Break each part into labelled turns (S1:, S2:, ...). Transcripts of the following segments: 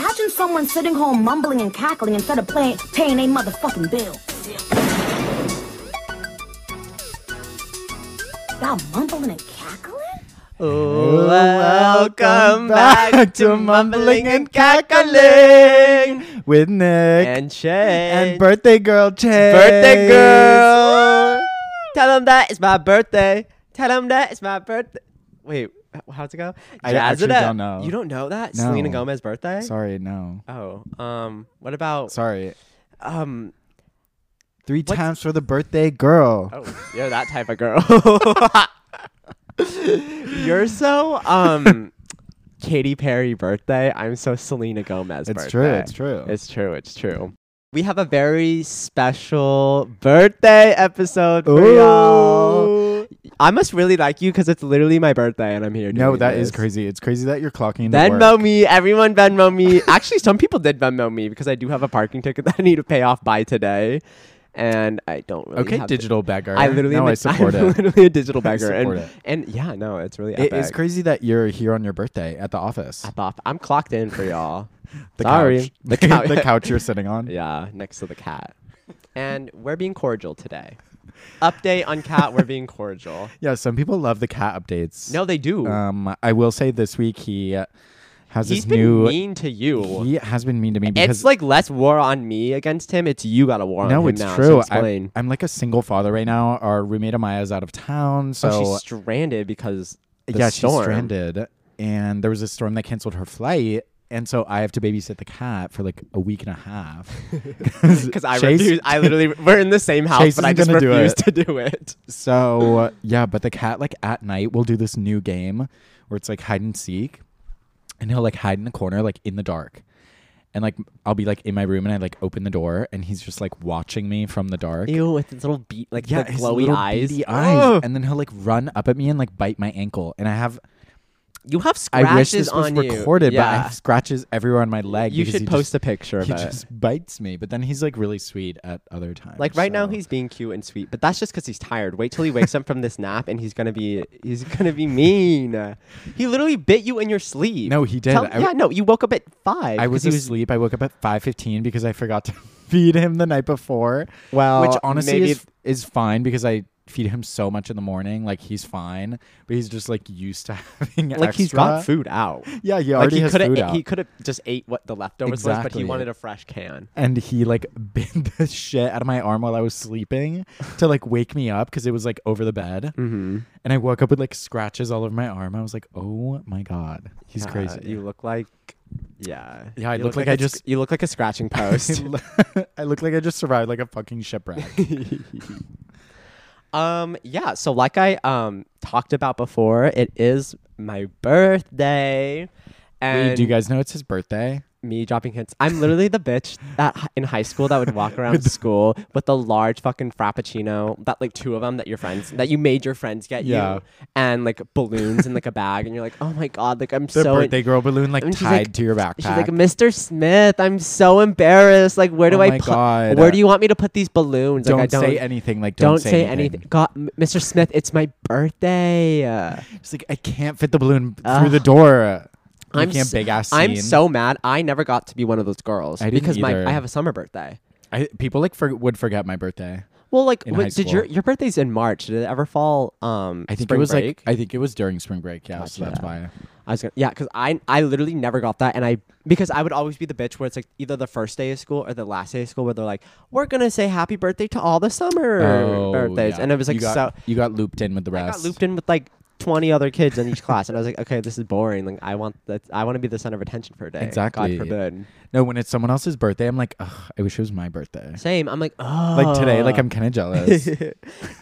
S1: Imagine someone sitting home mumbling and cackling instead of play- paying a motherfucking bill. Y'all mumbling and cackling?
S2: Welcome back to Mumbling and Cackling
S3: with Nick
S2: and Shay
S3: and birthday girl Chase.
S2: birthday girl. Tell them that it's my birthday. Tell them that it's my birthday. Wait, h- how's it go?
S3: I
S2: Jazz it
S3: actually
S2: up.
S3: don't know.
S2: You don't know that
S3: No.
S2: Selena Gomez's birthday.
S3: Sorry, no.
S2: Oh, um, what about
S3: Sorry.
S2: um?
S3: Three
S2: What?
S3: times for the birthday girl.
S2: Oh, you're that type of girl. you're so um. Katy Perry birthday. I'm so Selena Gomez.
S3: it's
S2: birthday.
S3: true. It's true.
S2: It's true. It's true. We have a very special birthday episode for y'all.
S3: Ooh.
S2: I must really like you because it's literally my birthday and I'm here.
S3: No,
S2: doing
S3: that is
S2: this.
S3: crazy. It's crazy that you're clocking into
S2: Venmo
S3: work.
S2: me, everyone Venmo me. Actually, some people did Venmo me because I do have a parking ticket that I need to pay off by today, and I don't really.
S3: Okay,
S2: have the-
S3: digital beggar.
S2: I literally,
S3: no,
S2: am a-
S3: I support
S2: I'm
S3: it.
S2: literally a digital
S3: I
S2: beggar, and,
S3: support it.
S2: and yeah, no, it's really epic.
S3: It is crazy that you're here on your birthday at the office.
S2: I thought- I'm clocked in for y'all.
S3: The
S2: Sorry,
S3: couch.
S2: the couch.
S3: the couch you're sitting on.
S2: Yeah, next to the cat. And we're being cordial today. Update on cat, we're being cordial.
S3: Yeah, some people love the cat updates.
S2: No, they do.
S3: Um, I will say this week he uh, has
S2: He's
S3: this
S2: been
S3: new.
S2: mean to you.
S3: He has been mean to me because
S2: it's like less war on me against him. It's you got a war on
S3: no,
S2: him
S3: it's
S2: now. so
S3: true.
S2: explain.
S3: I'm, I'm like a single father right now. Our roommate Amaya is out of town, so
S2: oh, she's stranded because the
S3: yeah,
S2: storm.
S3: she's stranded, and there was a storm that canceled her flight. And so I have to babysit the cat for like a week and a half.
S2: Because I
S3: Chase-
S2: refuse. I literally we're in the same house,
S3: Chase
S2: but I
S3: isn't
S2: just
S3: gonna do
S2: refuse
S3: it.
S2: to do it.
S3: So yeah, but the cat like at night will do this new game where it's like hide and seek, and he'll like hide in the corner like in the dark, and like I'll be like in my room and I like open the door and he's just like watching me from the dark.
S2: Ew, with his little beat, like
S3: Yeah,
S2: the
S3: his
S2: glowy
S3: little
S2: eyes.
S3: beady eyes,
S2: Ugh.
S3: and then he'll like run up at me and like bite my ankle, and I have
S2: you have
S3: I
S2: scratches
S3: wish this was
S2: on you.
S3: recorded, but I
S2: Yeah.
S3: have scratches everywhere on my leg.
S2: you
S3: because
S2: should
S3: he
S2: post
S3: just,
S2: a picture of
S3: He
S2: it.
S3: just bites me, but then he's like really sweet at other times.
S2: Like right now,
S3: so-
S2: he's being cute and sweet, but that's just because he's tired. Wait till he wakes up from this nap, and he's gonna be he's gonna be mean. He literally bit you in your sleep.
S3: No, he did.
S2: Tell-
S3: I-
S2: yeah, no, you woke up at five.
S3: I was
S2: 'cause he
S3: asleep. I woke up at five fifteen because I forgot to feed him the night before.
S2: Well,
S3: which honestly
S2: maybe
S3: is, is fine because I feed him so much in the morning. Like he's fine, but he's just like used to having
S2: like he's got
S3: extra.
S2: food out.
S3: Yeah, he
S2: Like
S3: already
S2: he
S3: has
S2: could
S3: food
S2: have
S3: out.
S2: he could have just ate what the leftovers was, but he
S3: Exactly.
S2: wanted a fresh can.
S3: and he like bit the shit out of my arm while I was sleeping to like wake me up because it was like over the bed. Mm-hmm. And I woke up with like scratches all over my arm. I was like, oh my god, he's
S2: Yeah,
S3: crazy.
S2: Uh, You look like yeah.
S3: Yeah, I
S2: You
S3: look like I
S2: a sc-
S3: just-
S2: you look like a scratching post.
S3: I look like I just survived like a fucking shipwreck.
S2: Um yeah, so like I um talked about before, it is my birthday. And
S3: Wait, do you guys know it's his birthday?
S2: me dropping hints. I'm literally the bitch that hi- in high school that would walk around school with the large fucking frappuccino that like two of them that your friends that you made your friends get
S3: Yeah.
S2: you and like balloons in like a bag and you're like, "Oh my god, like I'm
S3: The
S2: so
S3: birthday girl balloon like
S2: and she's
S3: tied
S2: like-
S3: to your
S2: She's
S3: backpack.
S2: like, "Mr. Smith, I'm so embarrassed. Like where do
S3: Oh
S2: I
S3: my
S2: put
S3: God.
S2: Where do you want me to put these balloons?
S3: don't,
S2: like I don't
S3: say anything. Like
S2: Don't,
S3: don't,
S2: say anything. God, M- Mr. Smith, it's my birthday. Uh,
S3: She's like, I can't fit the balloon through
S2: Ugh.
S3: the door. You
S2: I'm
S3: can't
S2: s-
S3: big ass.
S2: I'm so mad. I never got to be one of those girls
S3: I didn't
S2: because
S3: either.
S2: my I have a summer birthday.
S3: I, people like for, would forget my birthday.
S2: Well, like,
S3: in
S2: wait,
S3: high
S2: did your
S3: school.
S2: your birthday's in March? Did it ever fall? Um,
S3: I think
S2: spring
S3: it was
S2: break?
S3: like I think it was during spring break. Yeah, so that's why.
S2: Gotcha. I was gonna, yeah, because I I literally never got that, and I because I would always be the bitch where it's like either the first day of school or the last day of school where they're like, we're gonna say happy birthday to all the summer birthdays,
S3: Oh, yeah.
S2: and it was like
S3: you got,
S2: so
S3: you got looped in with the
S2: I
S3: rest.
S2: got looped in with like twenty other kids in each class, and I was like, okay, this is boring. Like I want that I want to be the center of attention for a day.
S3: Exactly.
S2: God forbid.
S3: No, when it's someone else's birthday, I'm like, Ugh, I wish it was my birthday.
S2: Same. I'm like, oh,
S3: Like today, like I'm kind of jealous.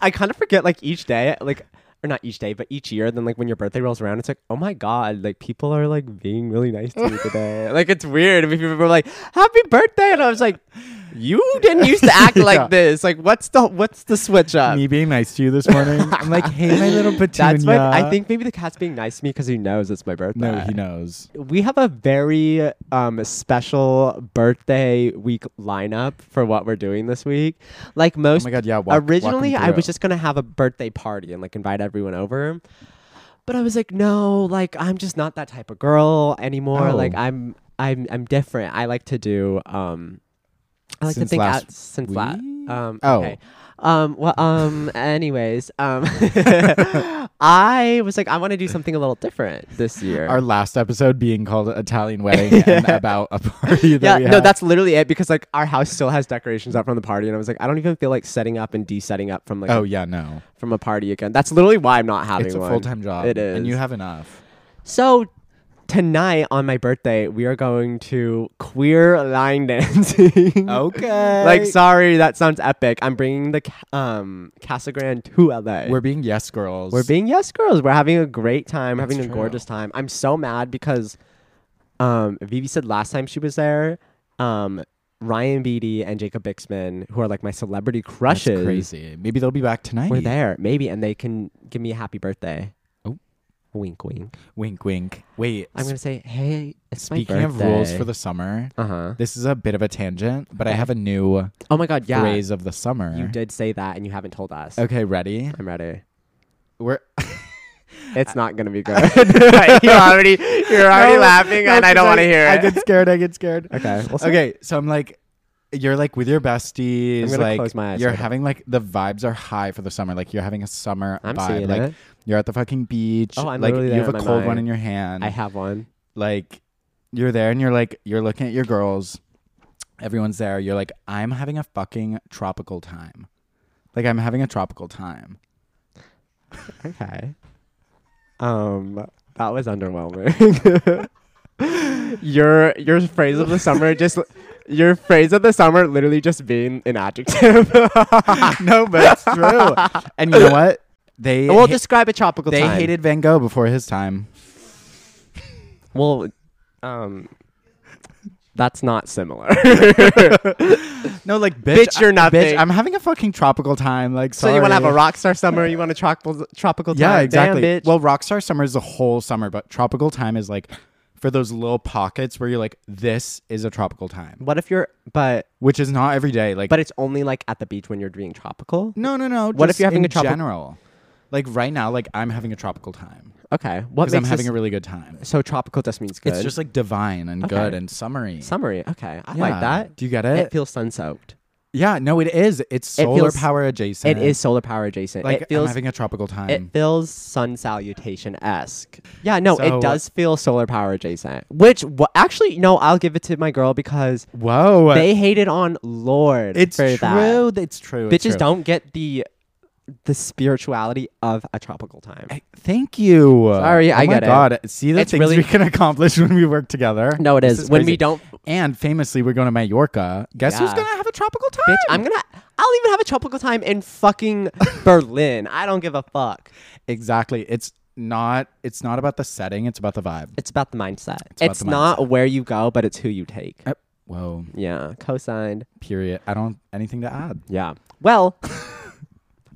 S2: I kind of forget like each day, like or not each day, but each year. Then like when your birthday rolls around, it's like, oh my god, like people are like being really nice to me today. Like it's weird. If people were like, happy birthday, and I was like, you didn't used to act
S3: Yeah.
S2: like this. Like what's the what's the switch up?
S3: Me being nice to you this morning. I'm like, hey, my little petunia.
S2: That's my. I think maybe the cat's being nice to me because he knows it's my birthday.
S3: No, he knows.
S2: We have a very um, special birthday week lineup for what we're doing this week. Like most,
S3: Oh my God, yeah, walk- walk 'em
S2: originally I
S3: through.
S2: was just gonna have a birthday party and like invite everyone over, but I was like, no, like I'm just not that type of girl anymore.
S3: Oh.
S2: Like I'm, I'm, I'm different. I like to do. Um, I like
S3: Since
S2: to think
S3: last
S2: out since last.
S3: week?
S2: Um,
S3: Oh.
S2: okay. Um. Well. Um. Anyways. Um. I was like, I want to do something a little different this year.
S3: Our last episode being called Italian Wedding and about a party that
S2: yeah,
S3: we
S2: no,
S3: had.
S2: that's literally it because like our house still has decorations up from the party, and I was like, I don't even feel like setting up and desetting up from like
S3: Oh yeah, no.
S2: from a party again. That's literally why I'm not having
S3: It's a
S2: one.
S3: full time job.
S2: It is,
S3: And you have enough.
S2: so. Tonight on my birthday, we are going to queer line dancing.
S3: Okay.
S2: like, sorry, that sounds epic. I'm bringing the ca- um Casa Grande to LA.
S3: We're being yes girls.
S2: We're being yes girls. We're having a great time, having a
S3: true.
S2: gorgeous time. I'm so mad because um Vivi said last time she was there, um Ryan Beatty and Jacob Bixman, who are like my celebrity
S3: That's
S2: crushes,
S3: crazy. Maybe they'll be back tonight.
S2: were there maybe, and they can give me a happy birthday.
S3: Oh.
S2: wink, wink.
S3: Wink, wink. Wait.
S2: I'm gonna say, hey, it's
S3: speaking
S2: my
S3: of
S2: birthday.
S3: rules for the summer,
S2: uh huh.
S3: this is a bit of a tangent, but I have a new
S2: Oh my god, yeah,
S3: phrase of the summer.
S2: you did say that, and you haven't told us.
S3: Okay, ready?
S2: I'm ready.
S3: We're
S2: It's not gonna be good. you're already, you're already
S3: No,
S2: laughing,
S3: no,
S2: and I don't
S3: 'cause
S2: want to hear
S3: I
S2: it.
S3: get scared. I get scared.
S2: Okay, well, so-
S3: okay. So I'm like, you're like with your besties.
S2: I'm gonna
S3: like,
S2: close my eyes
S3: You're
S2: right now.
S3: having like the vibes are high for the summer. Like you're having a summer
S2: I'm
S3: vibe.
S2: seeing
S3: like
S2: it.
S3: you're at the fucking beach.
S2: Oh, I'm
S3: like
S2: literally
S3: you
S2: there
S3: have a
S2: in my
S3: cold one
S2: mind.
S3: in your hand.
S2: I have one.
S3: like you're there and you're like you're looking at your girls. Everyone's there. You're like, I'm having a fucking tropical time. Like I'm having a tropical time.
S2: Okay. Um, that was underwhelming. your your phrase of the summer just your phrase of the summer literally just being an adjective.
S3: no, but it's true. and you know what? They
S2: we'll
S3: ha-
S2: describe a tropical
S3: they
S2: time.
S3: hated Van Gogh before his time.
S2: Well, um, that's not similar.
S3: No, like bitch,
S2: Bitch, you're nothing.
S3: Bitch, I'm having a fucking tropical time. Like,
S2: so you want to have a
S3: sorry.
S2: rock star summer? You want a tropical tropical time?
S3: Yeah, exactly.
S2: Damn, bitch.
S3: Well, Rockstar Summer is the whole summer, but tropical time is like for those little pockets where you're like, this is a tropical time,
S2: what if you're but
S3: which is not every day. Like,
S2: but it's only like at the beach when you're being tropical?
S3: no, no, no.
S2: What if
S3: just
S2: you're having
S3: in
S2: a tropi-
S3: general? Like right now, like I'm having a tropical time
S2: Okay. What
S3: because
S2: makes
S3: I'm having
S2: this-
S3: a really good time.
S2: so tropical just means good.
S3: It's just like divine and
S2: Okay.
S3: good and summery.
S2: summary. Okay, I
S3: Yeah.
S2: like that.
S3: Do you get
S2: it,
S3: it?
S2: feels sun soaked.
S3: yeah, no, it is. It's
S2: It
S3: solar
S2: feels-
S3: power adjacent.
S2: It is solar power adjacent.
S3: Like
S2: it feels
S3: I'm having a tropical time.
S2: it feels sun salutation esque. Yeah, no,
S3: So-
S2: it does feel solar power adjacent. Which wha- actually, no, I'll give it to my girl because
S3: Whoa.
S2: they hated on Lord.
S3: It's
S2: for
S3: true.
S2: That.
S3: It's true. it's
S2: Bitches
S3: true.
S2: don't get the the spirituality of a tropical time.
S3: I- Thank you.
S2: Sorry,
S3: oh
S2: I
S3: my
S2: get it.
S3: God. See the
S2: It's
S3: things
S2: really-
S3: we can accomplish when we work together.
S2: No, it
S3: This
S2: is. When we
S3: crazy.
S2: don't-
S3: And famously, we're going to Mallorca. Guess who's
S2: Yeah.
S3: gonna have a tropical time?
S2: Bitch, I'm gonna. I'll even have a tropical time in fucking Berlin. I don't give a fuck.
S3: exactly. It's not. It's not about the setting. It's about the vibe.
S2: It's about the mindset. It's,
S3: about the
S2: not where you go, but it's who you take.
S3: Uh, Whoa.
S2: Yeah, co-signed.
S3: Period. I don't anything to add.
S2: Yeah. Well,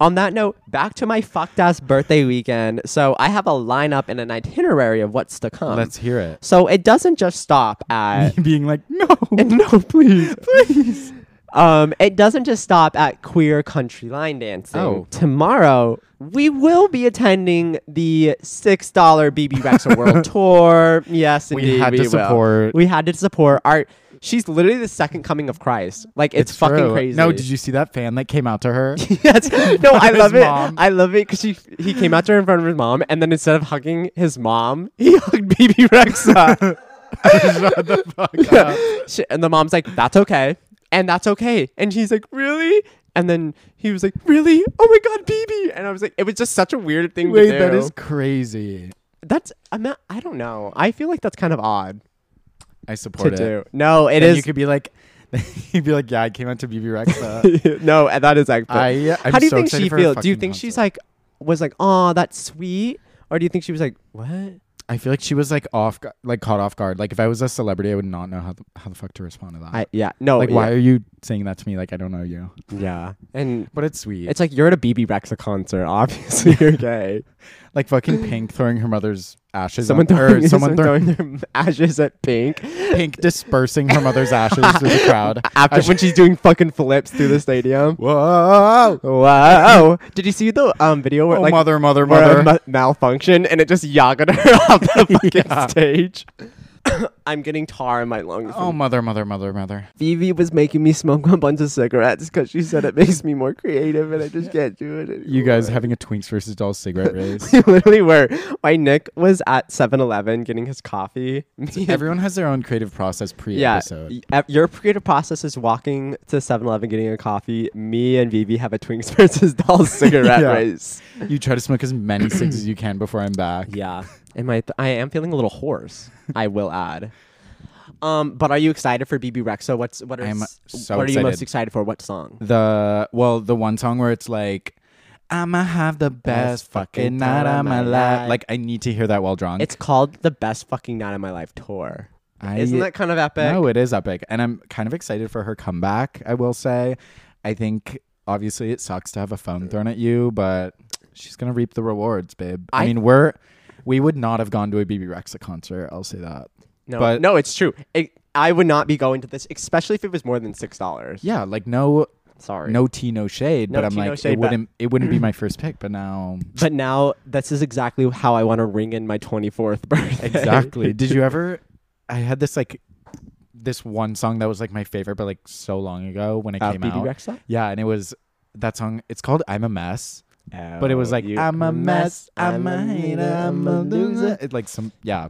S2: on that note, back to my fucked ass birthday weekend. So I have a lineup and an itinerary of what's to come.
S3: Let's hear it.
S2: So it doesn't just stop at
S3: Being like, no.
S2: no, please, please. Um, it doesn't just stop at queer country line dancing.
S3: Oh.
S2: Tomorrow, we will be attending the $6 BB Rexa World Tour. Yes,
S3: We
S2: indeed.
S3: had to
S2: will.
S3: support-
S2: We had to support our. She's literally the second coming of Christ. Like, it's, fucking
S3: true.
S2: crazy.
S3: No, did you see that fan that came out to her?
S2: Yes. No, I
S3: His
S2: love it.
S3: mom.
S2: I love it because he he came out to her in front of his mom, and then instead of hugging his mom, he hugged BB Rexa.
S3: Shut the fuck up.
S2: She- and the mom's like, "That's okay," and that's okay, and he's like, "Really?" And then he was like, "Really? Oh my god, BB!" And I was like, "It was just such a weird thing
S3: Wait,
S2: to do."
S3: that is crazy.
S2: that's I'm not, I don't know. I feel like that's kind of odd
S3: I support
S2: to do.
S3: it.
S2: No, it
S3: And
S2: is.
S3: you could be like, you'd be like, yeah, I came out to BB Rexa.
S2: no, and that is like.
S3: I- I'm
S2: How do you
S3: so
S2: think
S3: excited
S2: she
S3: for her
S2: feels? Do you
S3: fucking
S2: think she's
S3: concert.
S2: like, was like, "Oh, that's sweet," or do you think she was like, "What?"
S3: I feel like she was like off, gu- like caught off guard. Like if I was a celebrity, I would not know how the, how the fuck to respond to that.
S2: I yeah no
S3: like
S2: yeah,
S3: why are you saying that to me? Like I don't know you.
S2: yeah and
S3: But it's sweet.
S2: it's like you're at a BB Rexa concert. Obviously, you're gay.
S3: like fucking Pink throwing her mother's ashes.
S2: someone
S3: on,
S2: throwing
S3: or someone throwing
S2: their ashes at Pink
S3: Pink dispersing her mother's ashes through the crowd.
S2: after when she's doing fucking flips through the stadium.
S3: Whoa!
S2: Wow! Did you see the um video where
S3: Oh,
S2: like
S3: mother, mother,
S2: where
S3: mother.
S2: a ma- malfunction and it just yagged her off the fucking stage? I'm getting tar in my lungs.
S3: oh
S2: Oh,
S3: mother, mother, mother, mother.
S2: Phoebe was making me smoke a bunch of cigarettes because she said it makes me more creative, and I just can't do it. Anymore.
S3: You guys having a Twinks versus Dolls cigarette race.
S2: We literally were. My Nick was at 7-Eleven getting his coffee. Me and
S3: Everyone has their own creative process
S2: Yeah,
S3: pre-episode.
S2: y- ev- your creative process is walking to 7-Eleven getting a coffee. Me and Vivi have a Twinks versus Dolls cigarette
S3: Yeah.
S2: race.
S3: You try to smoke as many cigs as you can before I'm back.
S2: Yeah, and my th- I am feeling a little hoarse. I will add. Um, but are you excited for BB Rexha? What's what are
S3: I'm
S2: s-
S3: so
S2: what are you most
S3: excited.
S2: excited for? What song?
S3: The well, the one song where it's like, "I'ma have the best, fucking night of my life." Like I need to hear that while drunk.
S2: It's called the best fucking night of my life tour.
S3: I,
S2: Isn't that kind of epic?
S3: No, it is epic. And I'm kind of excited for her comeback, I will say. I think obviously it sucks to have a phone thrown at you, but she's gonna reap the rewards, babe. I,
S2: I-
S3: mean, we're we would not have gone to a BB Rexa concert, I'll say that.
S2: no,
S3: but-
S2: no, it's true. It, I would not be going to this, especially if it was more than six dollars.
S3: Yeah, like no
S2: sorry,
S3: no tea, no shade.
S2: No
S3: but I'm
S2: tea, no
S3: like
S2: shade,
S3: it
S2: but-
S3: wouldn't it wouldn't be my first pick, but now
S2: But now this is exactly how I want to ring in my 24th birthday.
S3: Exactly. Did you ever I had this like this one song that was like my favorite, but like so long ago when it
S2: Uh,
S3: came
S2: BB
S3: out.
S2: Rexa?
S3: Yeah, and it was that song it's called I'm a Mess. But it was like
S2: Oh, You-
S3: I'm a mess, I'm a hater, I'm a loser. It like some yeah.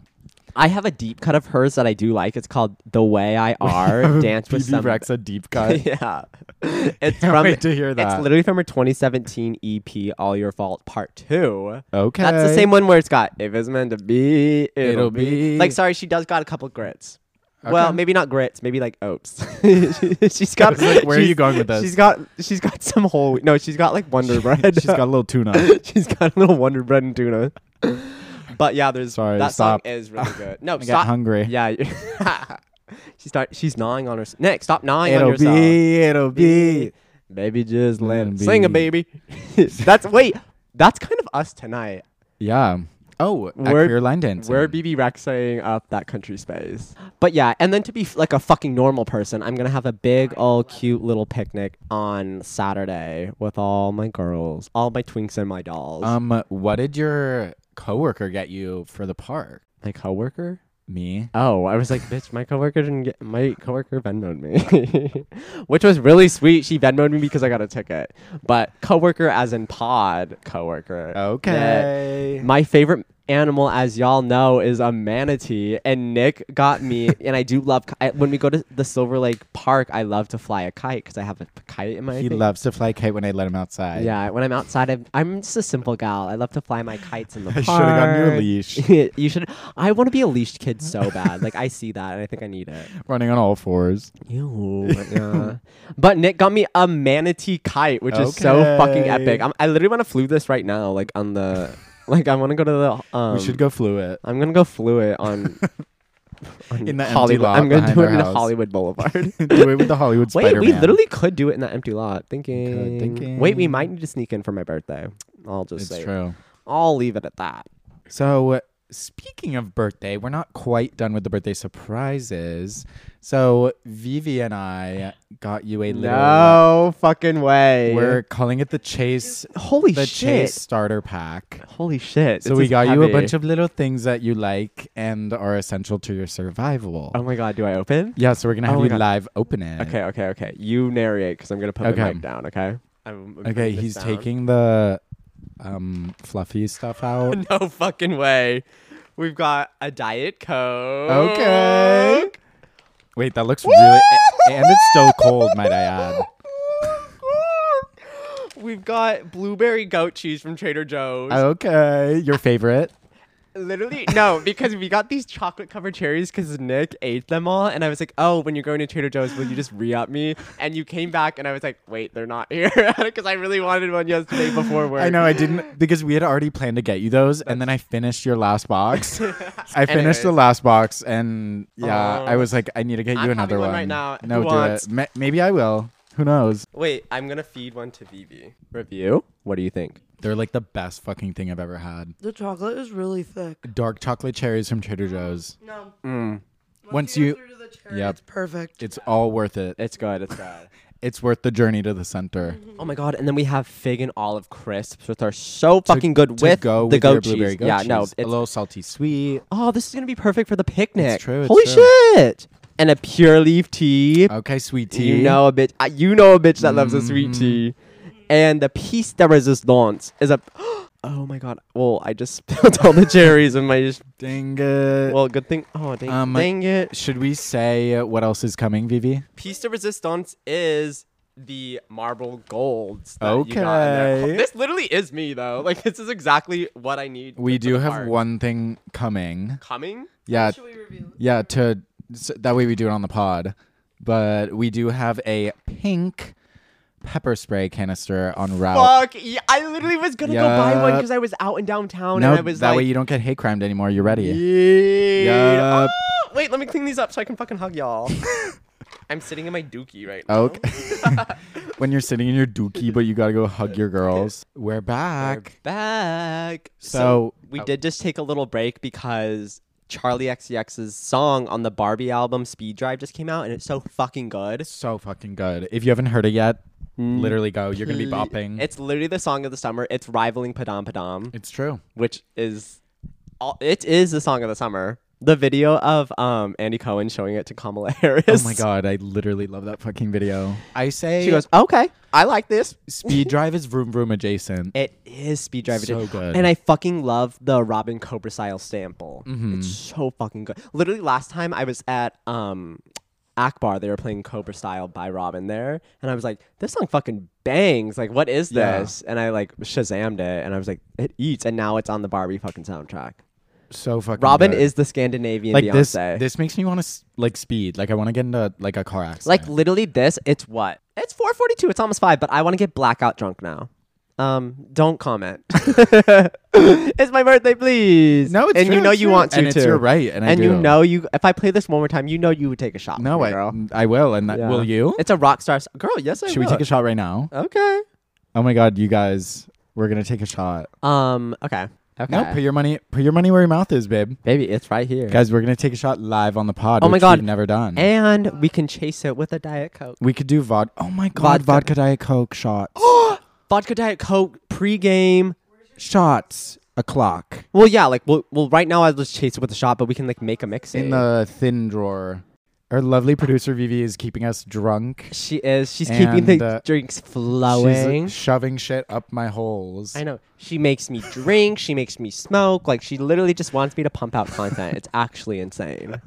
S2: I have a deep cut of hers that I do like. It's called "The Way I Are." Dance with
S3: BB
S2: Some.
S3: Rexa deep cut.
S2: yeah, it's
S3: Can't
S2: from.
S3: wait to hear that.
S2: It's literally from her 2017 EP "All Your Fault" Part Two.
S3: okay,
S2: That's the same one where it's got "If it's meant to be, it'll,
S3: It'll be.
S2: Like, sorry, she does got a couple grits.
S3: Okay.
S2: Well, maybe not grits, maybe like oats. she's got.
S3: was like, where are you
S2: she's-
S3: going with this?
S2: She's got. She's got some whole. No, she's got like Wonder Bread.
S3: She's got a little tuna.
S2: she's got a little Wonder Bread and tuna. But yeah, there's
S3: Sorry,
S2: that
S3: stop.
S2: song is really good. No,
S3: I
S2: stop.
S3: got hungry.
S2: Yeah, she's not. She's gnawing on her. Nick, stop gnawing on
S3: it'll
S2: yourself.
S3: be, it'll be.
S2: Baby, just let
S3: Let
S2: him
S3: it
S2: sing a
S3: be.
S2: baby. that's wait. That's kind of us tonight.
S3: Yeah. Oh, at
S2: We're-
S3: queer line dancing.
S2: We're BB Rexing up that country space. But yeah, and then to be f- like a fucking normal person, I'm gonna have a big, all cute little picnic on Saturday with all my girls, all my twinks and my dolls.
S3: um, what did your coworker get you for the park?
S2: my coworker.
S3: Me.
S2: Oh, I was like, bitch, my coworker didn't get my coworker Venmoed me, which was really sweet. She Venmoed me because I got a ticket. But coworker, as in pod coworker.
S3: Okay.
S2: My favorite animal, as y'all know, is a manatee, and Nick got me. and I do love ki- I, when we go to the Silver Lake Park. I love to fly a kite because I have a p- kite in my.
S3: he
S2: thing.
S3: loves to fly kite when I let him outside.
S2: Yeah, when I'm outside, I'm, I'm just a simple gal. I love to fly my kites in the
S3: I
S2: park.
S3: should have gotten you a leash.
S2: you should. I want to be a leashed kid so bad. Like I see that, and I think I need it.
S3: Running on all fours.
S2: Ew.
S3: uh,
S2: yeah. But Nick got me a manatee kite, which is so fucking epic.
S3: Okay.
S2: I'm, I literally want to flew this right now, like on the, like I want to go to the. Um,
S3: we should go fluid.
S2: I'm gonna go flew it on. on
S3: In the empty
S2: Hollywood.
S3: lot
S2: I'm gonna
S3: behind
S2: do it
S3: our
S2: in
S3: house.
S2: Hollywood Boulevard.
S3: Do it with the Hollywood
S2: Wait,
S3: Spider-Man.
S2: we literally could do it in that empty lot. Thinking.
S3: thinking.
S2: Wait, we might need to sneak in for my birthday. I'll just
S3: It's
S2: say.
S3: true.
S2: I'll leave it at that.
S3: So, uh, speaking of birthday, we're not quite done with the birthday surprises. So, Vivi and I got you a little.
S2: fucking way.
S3: We're calling it the Chase.
S2: holy
S3: the
S2: shit.
S3: Chase Starter Pack.
S2: Holy shit.
S3: So we got you a bunch of little things that you like and are essential to your survival.
S2: Oh my god, do I open?
S3: Yeah, so we're gonna
S2: Oh
S3: have
S2: my
S3: you
S2: God.
S3: live open it.
S2: Okay, okay, okay. You narrate because I'm gonna put my
S3: Okay.
S2: mic down. Okay. I'm, I'm
S3: Okay,
S2: putting this
S3: he's
S2: down.
S3: taking the um fluffy stuff out.
S2: No fucking way. We've got a diet coke.
S3: Okay. Wait, that looks really and it's still cold, might I add.
S2: We've got blueberry goat cheese from Trader Joe's.
S3: Oh, Okay, your favorite.
S2: Literally, no, because we got these chocolate covered cherries because Nick ate them all. And I was like, oh, when you're going to Trader Joe's, will you just re up me? And you came back and I was like, wait, they're not here. Because I really wanted one yesterday before work.
S3: I know I didn't because we had already planned to get you those, and then I finished your last box. I finished the
S2: Anyways.
S3: last box, and yeah,
S2: Oh.
S3: I was like, I need to get you
S2: I'm having
S3: another
S2: one right now.
S3: No,
S2: Who
S3: do
S2: wants?
S3: it. Ma- maybe I will. Who knows?
S2: Wait, I'm going to feed one to Vivi. Review? What do you think?
S3: They're like the best fucking thing I've ever had.
S4: The chocolate is really thick.
S3: Dark chocolate cherries from Trader Joe's.
S4: No.
S3: Mm. Once you, Yep. it's
S4: it's perfect.
S3: it's all worth it.
S2: It's good. It's good.
S3: It's worth the journey to the center.
S2: Oh my god! And then we have fig and olive crisps, which are so fucking good
S3: To
S2: with
S3: go
S2: the
S3: your
S2: goat
S3: blueberry
S2: cheese.
S3: goat
S2: yeah, no,
S3: cheese.
S2: it's
S3: a little salty sweet.
S2: Oh, this is gonna be perfect for the picnic.
S3: It's true, it's
S2: Holy
S3: true.
S2: shit! And a pure leaf tea.
S3: Okay, sweet tea. Mm.
S2: You know a bitch. uh, You know a bitch that loves a sweet tea. And the piece de resistance is a. Oh my god! Well, I just spilled all the cherries in my.
S3: Dang it.
S2: Well, good thing. Oh dang,
S3: Um,
S2: dang it!
S3: Should we say uh, what else is coming, Vivi?
S2: Piece de Resistance is the marble golds. That You got in there.
S3: Okay.
S2: This literally is me though. Like this is exactly what I need.
S3: We
S2: for
S3: do
S2: the
S3: have
S2: part.
S3: one thing coming.
S2: coming.
S3: Yeah,
S4: we reveal it?
S3: yeah. To so that way we do it on the pod, but we do have a pink pepper spray canister on route.
S2: Fuck! Yeah, I literally was gonna go buy one
S3: Yup.
S2: because I was out in downtown
S3: No,
S2: and I was
S3: that
S2: like,
S3: way you don't get hate crimed anymore. You're ready.
S2: Yeah.
S3: Yup.
S2: Ah, wait, let me clean these up so I can fucking hug y'all. I'm sitting in my dookie right now.
S3: Okay. when you're sitting in your dookie, but you gotta go hug your girls. We're back.
S2: Back.
S3: So- oh.
S2: we did just take a little break because Charlie XCX's song on the Barbie album Speed Drive just came out and it's so fucking good.
S3: So fucking good. If you haven't heard it yet, literally go. You're gonna be
S2: Li-
S3: bopping.
S2: Mm. It's literally the song of the summer. It's rivaling Padam Padam,
S3: it's true.
S2: which is all, it is the song of the summer. The video of um Andy Cohen showing it to Kamala Harris.
S3: Oh my god, I literally love that fucking video. I say
S2: She goes, "Okay, I like this."
S3: Speed Drive is vroom vroom adjacent.
S2: It is Speed Drive.
S3: So
S2: Edition.
S3: good.
S2: And I fucking love the Robin Cobra style sample.
S3: Mm-hmm.
S2: It's so fucking good. Literally last time I was at um Akbar, they were playing Cobra style by Robin there, and I was like, this song fucking bangs. Like, what is
S3: Yeah.
S2: this? And I like Shazammed it and I was like, it eats, and now it's on the Barbie fucking soundtrack.
S3: so fucking
S2: Robin
S3: good.
S2: is the Scandinavian
S3: like this.
S2: Beyonce.
S3: This makes me want to like speed. Like I want to get into like a car accident.
S2: like literally this, it's what? It's four forty two, it's almost five, but I want to get blackout drunk now. Um, don't comment. it's my birthday, please.
S3: No, it's
S2: and you
S3: true,
S2: know
S3: it's
S2: you
S3: true.
S2: want to
S3: And it's-
S2: too.
S3: you're right, and I
S2: you
S3: do.
S2: know you. If I play this one more time, you know you would take a shot.
S3: no,
S2: my
S3: I
S2: girl.
S3: I will. And that
S2: Yeah.
S3: will you?
S2: It's a rock star s- girl. Yes, I
S3: Should we
S2: will.
S3: take a shot right now?
S2: Okay.
S3: Oh my god, you guys, we're gonna take a shot.
S2: Um. Okay. Okay.
S3: No, put your money. Put your money where your mouth is, babe.
S2: Baby, it's right here.
S3: Guys, we're gonna take a shot live on the pod.
S2: Oh my
S3: which
S2: God.
S3: we've never done.
S2: and we can chase it with a diet coke.
S3: we could do vodka. Oh my god,
S2: Vodka.
S3: vodka diet coke shots.
S2: Vodka diet coke pregame.
S3: shots o'clock
S2: Well, yeah. Like, well, well, right now I just chase it with a shot, but we can like make a mix
S3: in the thin drawer. Our lovely producer Vivi is keeping us drunk.
S2: She is. She's keeping
S3: And,
S2: the
S3: uh,
S2: drinks flowing.
S3: She's shoving shit up my holes.
S2: I know. She makes me drink. she makes me smoke. Like she literally just wants me to pump out content. it's actually insane.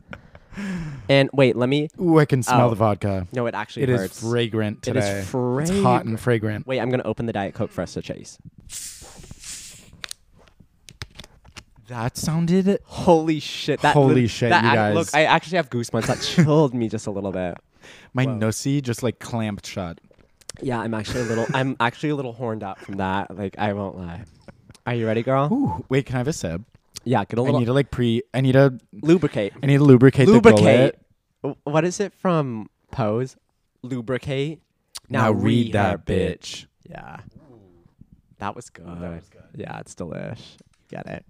S2: And wait, let me.
S3: Ooh, I can smell
S2: Oh.
S3: the vodka.
S2: No, it actually
S3: It is
S2: hurts.
S3: fragrant
S2: It is
S3: today. It's hot and fragrant.
S2: wait, I'm gonna open the diet coke for us to chase.
S3: That sounded.
S2: Holy shit! That
S3: Holy
S2: lit-
S3: shit,
S2: That
S3: you
S2: ac-
S3: guys.
S2: Look, I actually have goosebumps. That chilled me just a little bit.
S3: My nosy just like clamped shut.
S2: Yeah, I'm actually a little. I'm actually a little horned up from that. Like I won't lie. Are you ready, girl?
S3: Ooh, wait, can I have a sip?
S2: Yeah, get a
S3: I
S2: little
S3: need to like pre. I need to.
S2: lubricate.
S3: I need to lubricate. The
S2: lubricate.
S3: gullet.
S2: W- What is it from Pose? Lubricate.
S3: Now read that
S2: bit.
S3: bitch.
S2: Yeah. That was good. Yeah, it's delish. Get it.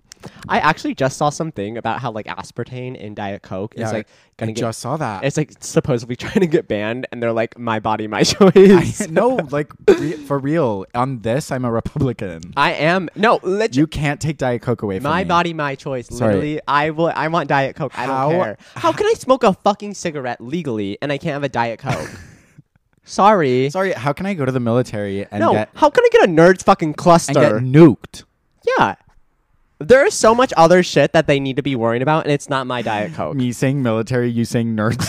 S2: I actually just saw something about how like aspartame in Diet Coke
S3: Yeah,
S2: is like gonna
S3: I
S2: get
S3: just saw that.
S2: it's like supposedly trying to get banned and they're like my body my choice. I,
S3: no, like re- for real. On this, I'm a Republican.
S2: am no legit
S3: You can't take Diet Coke away from
S2: my
S3: me.
S2: body my choice.
S3: Sorry.
S2: Literally I will I want Diet Coke. I
S3: How-
S2: don't care. How can I smoke a fucking cigarette legally and I can't have a Diet Coke? Sorry.
S3: Sorry, how can I go to the military and
S2: No,
S3: get
S2: how can I get a nerd's fucking
S3: and get
S2: cluster?
S3: nuked?
S2: yeah. There is so much other shit that they need to be worrying about, and it's not my Diet Coke.
S3: Me saying military, you saying nerds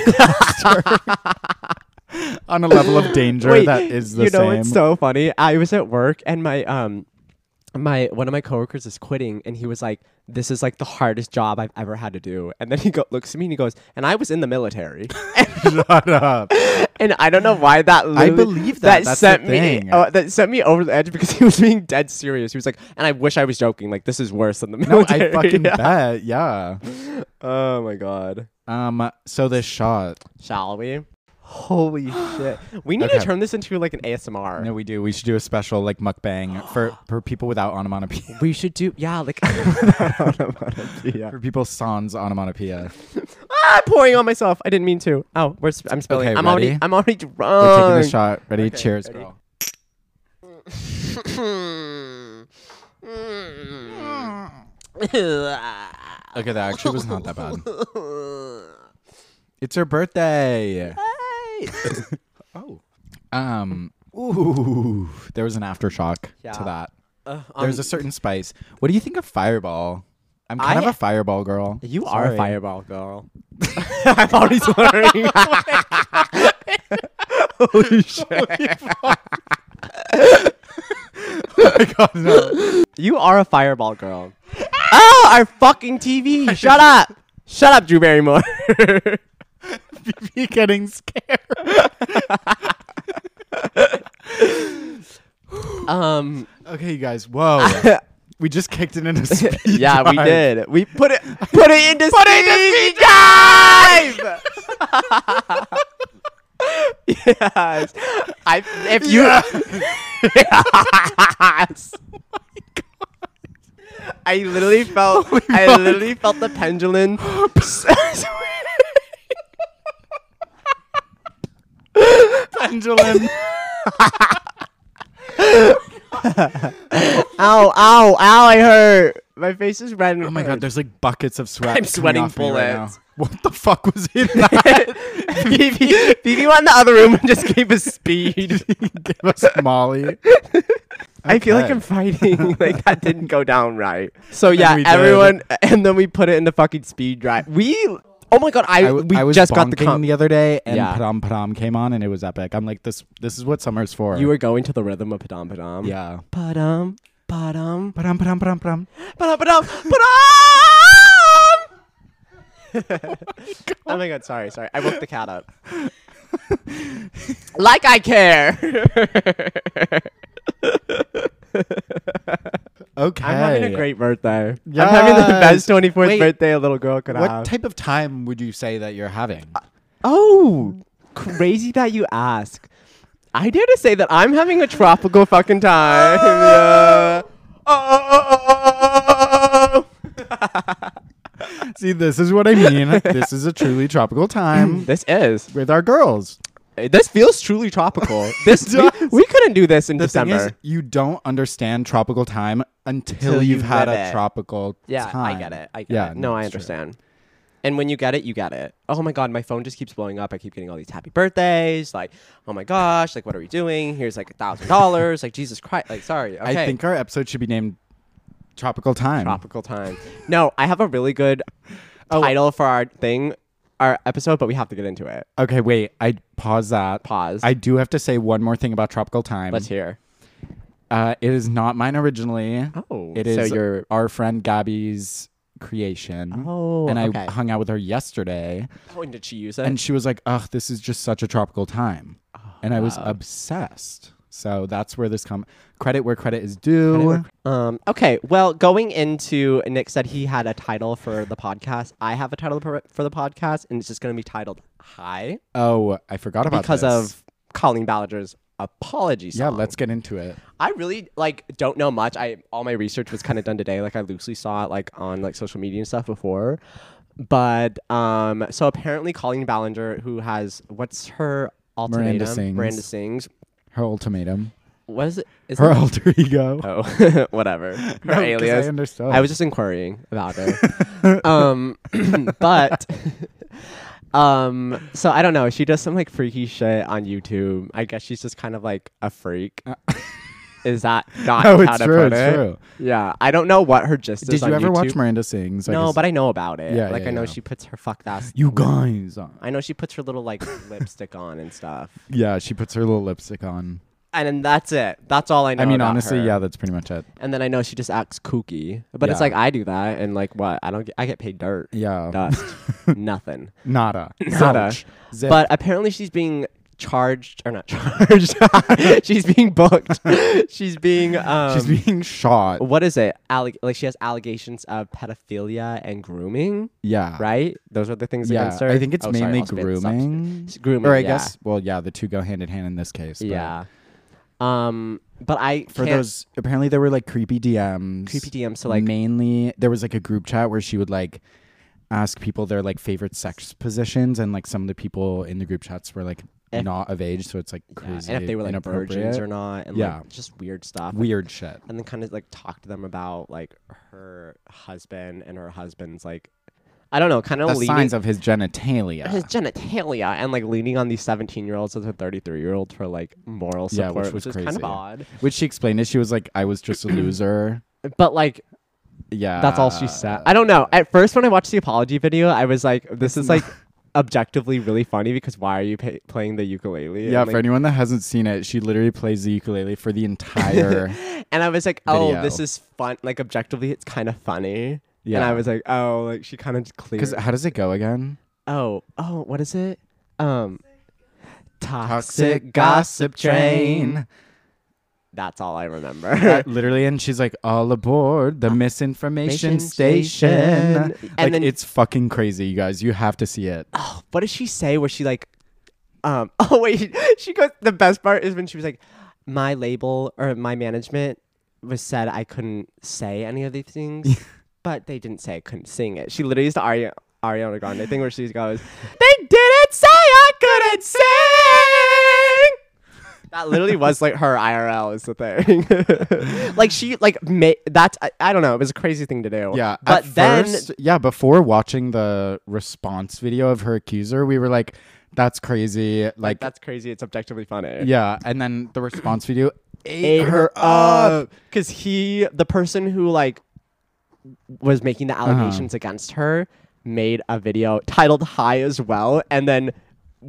S3: cluster. on a level of danger that is the
S2: you know
S3: same.
S2: it's so funny. I was at work and my um my one of my coworkers is quitting, and he was like, this is like the hardest job I've ever had to do. And then he go- looks at me and he goes, and I was in the military.
S3: Shut up.
S2: and I don't know why that. literally-
S3: believe that. That's the
S2: sent me.
S3: thing.
S2: oh, that sent me over the edge because he was being dead serious. He was like, and I wish I was joking. Like this is worse than the
S3: No,
S2: military.
S3: I fucking
S2: Yeah.
S3: bet. Yeah.
S2: Oh my god.
S3: Um. So this shot.
S2: Shall we? Holy shit. We need to
S3: Okay.
S2: turn this into like an ASMR.
S3: No, we do. We should do a special like mukbang for for people without onomatopoeia.
S2: We should do yeah, like
S3: For people sans onomatopoeia.
S2: ah, pouring on myself. I didn't mean to. Oh, we're sp- I'm spilling.
S3: Okay,
S2: I'm already
S3: ready?
S2: I'm already
S3: We're
S2: drunk.
S3: taking the shot. Ready? Cheers, girl.
S2: Mm.
S3: okay, that actually was not that bad. It's her birthday. oh. Um. Ooh, there was an aftershock
S2: Yeah.
S3: to that.
S2: Um,
S3: There's a certain spice. What do you think of Fireball? I'm kind
S2: I-
S3: of a Fireball girl.
S2: you are a
S3: Sorry.
S2: fireball girl. I'm already swearing. Holy shit. You are a fireball girl. oh, our fucking TV. Shut up. Shut up, Drew Barrymore.
S3: Be getting scared.
S2: um,
S3: Okay, you guys. Whoa. we just kicked it into speed.
S2: yeah, we
S3: dive.
S2: did. We put it, put it into put it into dive. yes. I, if you, yes. Oh I literally felt, I literally felt the pendulum.
S3: Pendulum.
S2: Ow, ow, ow, I hurt. My face is red. and
S3: Oh my
S2: hurt.
S3: god, there's like buckets of sweat.
S2: I'm
S3: coming
S2: sweating
S3: off me right
S2: bullets.
S3: now. What the fuck was in that?
S2: Phoebe, Phoebe went in the other room and just gave us speed.
S3: Give us Molly.
S2: I feel like I'm fighting. like that didn't go down right. So yeah,
S3: we did.
S2: everyone, and then we put it into fucking speed drive. We, oh my god, I,
S3: I, w-
S2: we
S3: I was
S2: just got the
S3: bonking
S2: com-
S3: the other day, and
S2: Yeah.
S3: Padam Padam came on, and it was epic. I'm like, this this is what summer's for.
S2: You were going to the rhythm of padam padam.
S3: yeah.
S2: Padam, padam,
S3: Padam Padam Padam Padam.
S2: padam, padam, padam. oh my god, sorry, sorry. I woke the cat up. like I care.
S3: Okay.
S2: I'm having a great birthday. I'm having the best
S3: Yes.
S2: 24th
S3: Wait,
S2: birthday a little girl could
S3: What
S2: have.
S3: type of time would you say that you're having?
S2: oh, crazy that you ask. I dare to say that I'm having a tropical fucking time. yeah. Oh, oh, oh, oh, oh, oh, oh.
S3: See, this is what I mean. this is a truly tropical time
S2: this is.
S3: with our girls.
S2: This feels truly tropical. This we,
S3: does.
S2: we couldn't do this in
S3: The thing
S2: December.
S3: is, you don't understand tropical time until,
S2: Till
S3: you've
S2: you
S3: had
S2: live
S3: a
S2: it.
S3: tropical
S2: yeah,
S3: time.
S2: I get it. I get
S3: Yeah,
S2: it. No,
S3: no,
S2: I
S3: it's true.
S2: understand. And when you get it, you get it. Oh my god, my phone just keeps blowing up. I keep getting all these happy birthdays. Like, oh my gosh, like what are we doing? Here's like a thousand dollars. Like Jesus Christ. Like sorry. Okay.
S3: I think our episode should be named Tropical Time.
S2: tropical time. no, I have a really good
S3: Oh.
S2: title for our thing, our episode, but we have to get into it.
S3: okay, wait. I pause that.
S2: Pause.
S3: I do have to say one more thing about Tropical Time.
S2: Let's hear.
S3: Uh, it is not mine originally.
S2: Oh,
S3: it
S2: so
S3: is
S2: you're-
S3: our friend Gabby's creation.
S2: Oh,
S3: and I
S2: okay.
S3: hung out with her yesterday,
S2: Oh, and did she use it?
S3: and she was like, "Ugh, this is just such a tropical time," and I
S2: Uh.
S3: was obsessed. So that's where this come credit where credit is due.
S2: Um, okay, well, going into Nick said he had a title for the podcast. I have a title per- for the podcast, and it's just going to be titled "Hi"
S3: oh, I forgot about
S2: because
S3: this.
S2: of Colleen Ballinger's apology song.
S3: yeah. Let's get into it.
S2: I really like don't know much. I all my research was kind of done today. Like I loosely saw it like on like social media and stuff before, but um, so apparently Colleen Ballinger, who has what's her ultimatum?
S3: Miranda Sings.
S2: Miranda Sings.
S3: Her ultimatum.
S2: What is it? Is
S3: Her
S2: it-
S3: alter ego.
S2: Oh, whatever. Her
S3: 'cause I
S2: alias.
S3: understood.
S2: I was just inquiring about her. um, but um, so I don't know. She does some like freaky shit on YouTube. I guess she's just kind of like a freak. is that not
S3: Oh,
S2: how
S3: Uh, it's
S2: to
S3: true.
S2: put
S3: It's
S2: it?
S3: true.
S2: Yeah, I don't know what her gist
S3: Did
S2: is.
S3: you
S2: on
S3: ever watch
S2: YouTube.
S3: Miranda Sings?
S2: No, but I know about it.
S3: Yeah,
S2: like
S3: yeah,
S2: I know
S3: yeah.
S2: she puts her fuck ass.
S3: you guys.
S2: I know she puts her little like lipstick on and stuff.
S3: Yeah, she puts her little lipstick on.
S2: and then that's it. That's all I know.
S3: I mean,
S2: about
S3: honestly,
S2: her.
S3: yeah, that's pretty much it.
S2: And then I know she just acts kooky, but it's
S3: Yeah.
S2: like I do that, and like what? I don't. Get, I get paid dirt,
S3: Yeah.
S2: dust, nothing.
S3: Nada.
S2: Nada.
S3: Zilch. Zip.
S2: But apparently she's being charged or not charged. she's being booked. she's being. Um,
S3: she's being shot.
S2: what is it? Alleg- like she has allegations of pedophilia and grooming,
S3: Yeah.
S2: right? Those are the things
S3: Yeah.
S2: against her.
S3: I think it's
S2: Oh, sorry,
S3: mainly
S2: I'll spit stuff.
S3: grooming.
S2: It's grooming,
S3: Or I
S2: yeah.
S3: guess, well, yeah, the two go hand in hand in this case. but
S2: Yeah. Um, but I
S3: For
S2: can't-
S3: those, apparently there were like creepy DMs.
S2: creepy DMs to like
S3: mainly there was like a group chat where she would like ask people their like favorite sex positions and like some of the people in the group chats were like
S2: If-
S3: not of age so it's like crazy
S2: and if they were like virgins
S3: inappropriate.
S2: or not, and
S3: Yeah.
S2: like just weird stuff.
S3: weird shit
S2: and then kind of like talk to them about like her husband and her husband's like I don't know, kind of
S3: the
S2: leaning
S3: signs of his genitalia
S2: his genitalia and like leaning on these seventeen year olds and the thirty three year old for like moral
S3: Yeah,
S2: support,
S3: which was
S2: is kind of
S3: crazy.
S2: odd.
S3: which she explained it she was like i was just a loser
S2: But like
S3: yeah
S2: that's all she
S3: Uh,
S2: said. I don't know. At first, when I watched the apology video, I was like, this is like objectively really funny because why are you pa- playing the ukulele?
S3: yeah
S2: and,
S3: for
S2: like,
S3: anyone that hasn't seen it she literally plays the ukulele for the entire
S2: And I was like, oh,
S3: Video.
S2: this is fun. Like objectively, it's kind of funny. Yeah. And
S3: Yeah.
S2: I was like, oh, like she kind of cleared.
S3: because how does it go again
S2: Oh, oh, what is it? Um,
S3: toxic gossip train
S2: That's all I remember.
S3: That- literally, and she's like, "All aboard the misinformation
S2: Information
S3: station!"
S2: station. And
S3: like,
S2: then-
S3: it's fucking crazy, you guys. You have to see it.
S2: oh, what does she say? Where she like, um, oh wait, she goes. The best part is when she was like, my label or my management was said I couldn't say any of these things, but they didn't say I couldn't sing it. She literally used the Ari- Ariana Grande thing where she goes, they didn't say I couldn't sing. That literally was like her IRL is the thing. like she like ma- that's I, I don't know. It was a crazy thing to do.
S3: Yeah,
S2: but
S3: at
S2: then
S3: first- yeah, before watching the response video of her accuser, we were like, "That's crazy!" Like,
S2: that's crazy. It's objectively funny.
S3: yeah, and then the response video ate,
S2: ate her up because he the person who like was making
S3: Uh-huh.
S2: the allegations against her made a video titled high as well and then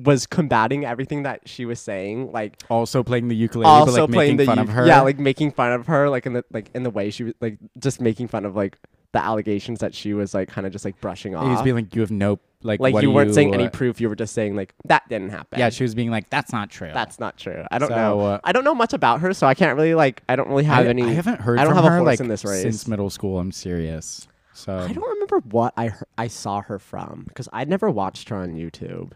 S2: was combating everything that she was saying like
S3: Also playing the ukulele,
S2: also
S3: but like
S2: playing
S3: making
S2: the
S3: fun
S2: u-
S3: of her.
S2: yeah like making fun of her like in the like in the way she was like just making fun of like the allegations that she was like kind of just like brushing
S3: he's
S2: off
S3: being like, "You have no like,
S2: like
S3: what
S2: you
S3: do
S2: weren't saying any
S3: uh,
S2: proof you were just saying like that didn't happen
S3: Yeah, she was being like, "That's not true."
S2: that's not true. I don't
S3: So,
S2: know.
S3: uh,
S2: I don't know much about her, so I can't really like. I don't really have
S3: I,
S2: any.
S3: I haven't heard.
S2: I don't
S3: from
S2: have
S3: her,
S2: a horse
S3: like,
S2: in this race.
S3: since middle school. I'm serious. So
S2: I don't remember what I heard, I saw her from because I never watched her on YouTube.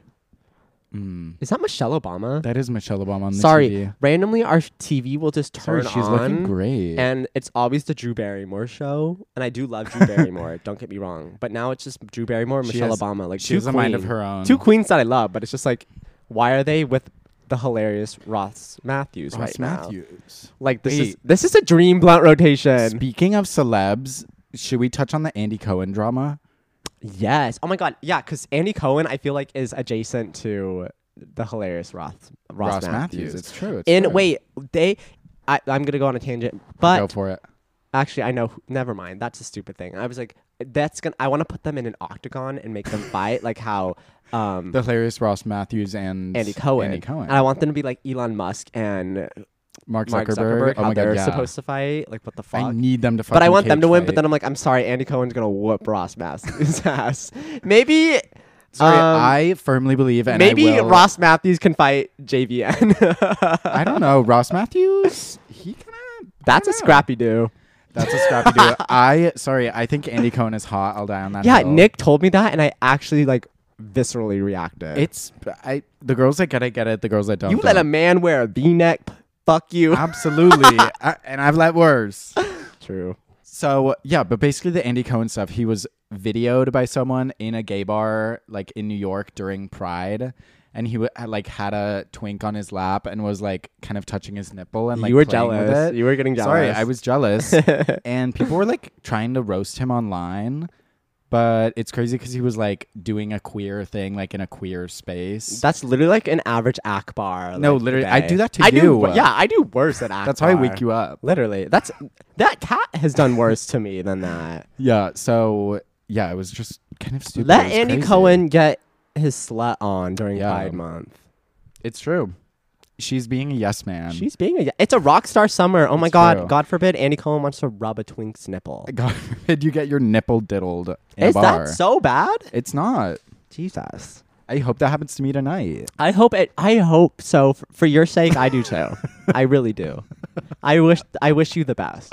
S3: Hmm.
S2: Is that Michelle Obama?
S3: That is Michelle Obama on the
S2: Sorry,
S3: TV.
S2: randomly our TV will just turn
S3: Sorry, she's
S2: on,
S3: looking great.
S2: and it's always the Drew Barrymore show, and I do love Drew Barrymore. don't get me wrong, but now it's just Drew Barrymore, and
S3: She
S2: Michelle
S3: has-
S2: Obama, like
S3: she
S2: two
S3: has a mind of
S2: queen-
S3: her own.
S2: two queens that I love, but it's just like, why are they with the hilarious Ross Matthews right
S3: Ross
S2: now?
S3: Matthews.
S2: Like this is
S3: Wait.
S2: this is a dream blunt rotation.
S3: Speaking of celebs, should we touch on the Andy Cohen drama?
S2: Yes. Oh my God. Yeah, because Andy Cohen, I feel like, is adjacent to the hilarious Roth, Ross,
S3: Ross
S2: Matthews.
S3: Matthews. It's true. It's
S2: In
S3: true.
S2: wait, they. I, I'm gonna go on a tangent,
S3: Go
S2: but
S3: for it.
S2: actually, I know. who- Never mind. That's a stupid thing. I was like, that's gonna. I want to put them in an octagon and make them fight, like how. Um,
S3: The hilarious Ross Matthews and
S2: Andy Cohen.
S3: Andy Cohen.
S2: And I want them to be like Elon Musk and
S3: Mark Zuckerberg.
S2: Mark Zuckerberg.
S3: oh
S2: how
S3: my
S2: they're
S3: god, yeah.
S2: supposed to fight. Like what the fuck?
S3: I need them to fight.
S2: But I want them to win. But then I'm like, I'm sorry, Andy Cohen's gonna whoop Ross Matthews' ass. Maybe.
S3: Sorry,
S2: um,
S3: I firmly believe and I
S2: Maybe
S3: will-
S2: Ross Matthews can fight JVN.
S3: I don't know. Ross Matthews. He kind of.
S2: That's a scrappy do.
S3: That's a scrappy dude. I sorry. I think Andy Cohen is hot. I'll die on that.
S2: Yeah,
S3: hill.
S2: Nick told me that, and I actually like viscerally reacted.
S3: It's I. The girls that get it get it. The girls that don't.
S2: you let
S3: don't.
S2: a man wear a V-neck. p- Fuck you.
S3: Absolutely. I, and I've let worse.
S2: True.
S3: So, yeah, but basically the Andy Cohen stuff, he was videoed by someone in a gay bar like in New York during Pride and he w- had, like had a twink on his lap and was like kind of touching his nipple and like
S2: You were
S3: playing with
S2: jealous.
S3: it.
S2: You were getting
S3: Sorry,
S2: jealous.
S3: I was jealous. and people were like trying to roast him online. But it's crazy because he was like doing a queer thing, like in a queer space.
S2: That's literally like an average Akbar.
S3: No,
S2: like,
S3: literally, I
S2: day.
S3: do that to
S2: I
S3: you.
S2: Do, wor- yeah, I do worse than Akbar.
S3: That's how I wake you up.
S2: Literally, that's that cat has done worse to me than that.
S3: Yeah. So yeah, it was just kind of stupid.
S2: Let
S3: It was
S2: Andy
S3: crazy.
S2: Cohen get his slut on during
S3: Yeah.
S2: Pride Month.
S3: It's true. she's being a yes man.
S2: She's being a. It's a rock star summer. Oh my
S3: It's
S2: god.
S3: true.
S2: God forbid Andy Cohen wants to rub a twink's nipple.
S3: God forbid you get your nipple diddled in
S2: Is
S3: a bar.
S2: that so bad?
S3: it's not.
S2: Jesus.
S3: I hope that happens to me tonight.
S2: I hope it. I hope so. F- For your sake, I do too. I really do. I wish. I wish you the best.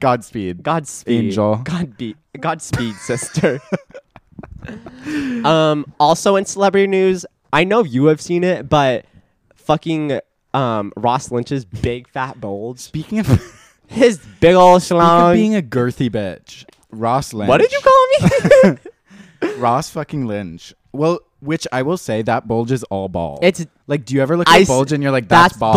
S3: Godspeed.
S2: Godspeed,
S3: Angel.
S2: God be Godspeed, sister. um. Also in celebrity news, I know you have seen it, but fucking um Ross Lynch's big fat bulge,
S3: Speaking of, speaking
S2: his big old
S3: of
S2: schlong.
S3: being a girthy bitch, Ross Lynch.
S2: what did you call me?
S3: Ross fucking Lynch. Well, which I will say that bulge is all ball.
S2: It's-
S3: like, do you ever look
S2: I
S3: at a
S2: s-
S3: bulge and you're like,
S2: that's,
S3: that's, balls.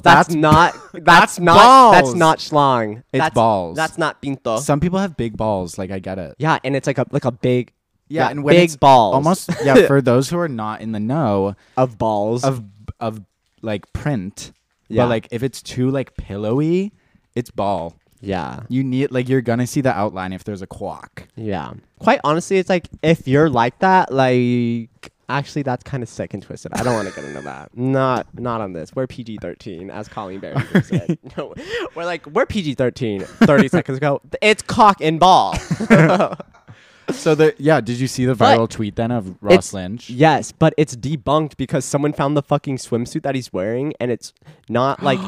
S2: balls. That's, not. That's,
S3: that's
S2: not. That's
S3: balls.
S2: not schlong. It's that's,
S3: balls.
S2: That's not pinto.
S3: Some people have big balls. Like, I get it.
S2: Yeah, and it's like a like a big
S3: Yeah, and when
S2: big
S3: it's
S2: balls
S3: Almost. Yeah. For those who are not in the know
S2: of balls
S3: of of like print,
S2: Yeah.
S3: but like if it's too like pillowy, it's ball.
S2: yeah
S3: You need like you're gonna see the outline if there's a quack.
S2: yeah. Quite honestly, it's like if you're like that, like actually that's kind of sick and twisted. I don't want to get into that. Not not on this. We're PG thirteen, as Colleen Barry said. No, we're like we're PG 13 30 seconds ago. It's cock and ball.
S3: So the yeah, did you see the
S2: But
S3: viral tweet then of
S2: It's-
S3: Ross Lynch?
S2: Yes, but it's debunked because someone found the fucking swimsuit that he's wearing, and it's not like.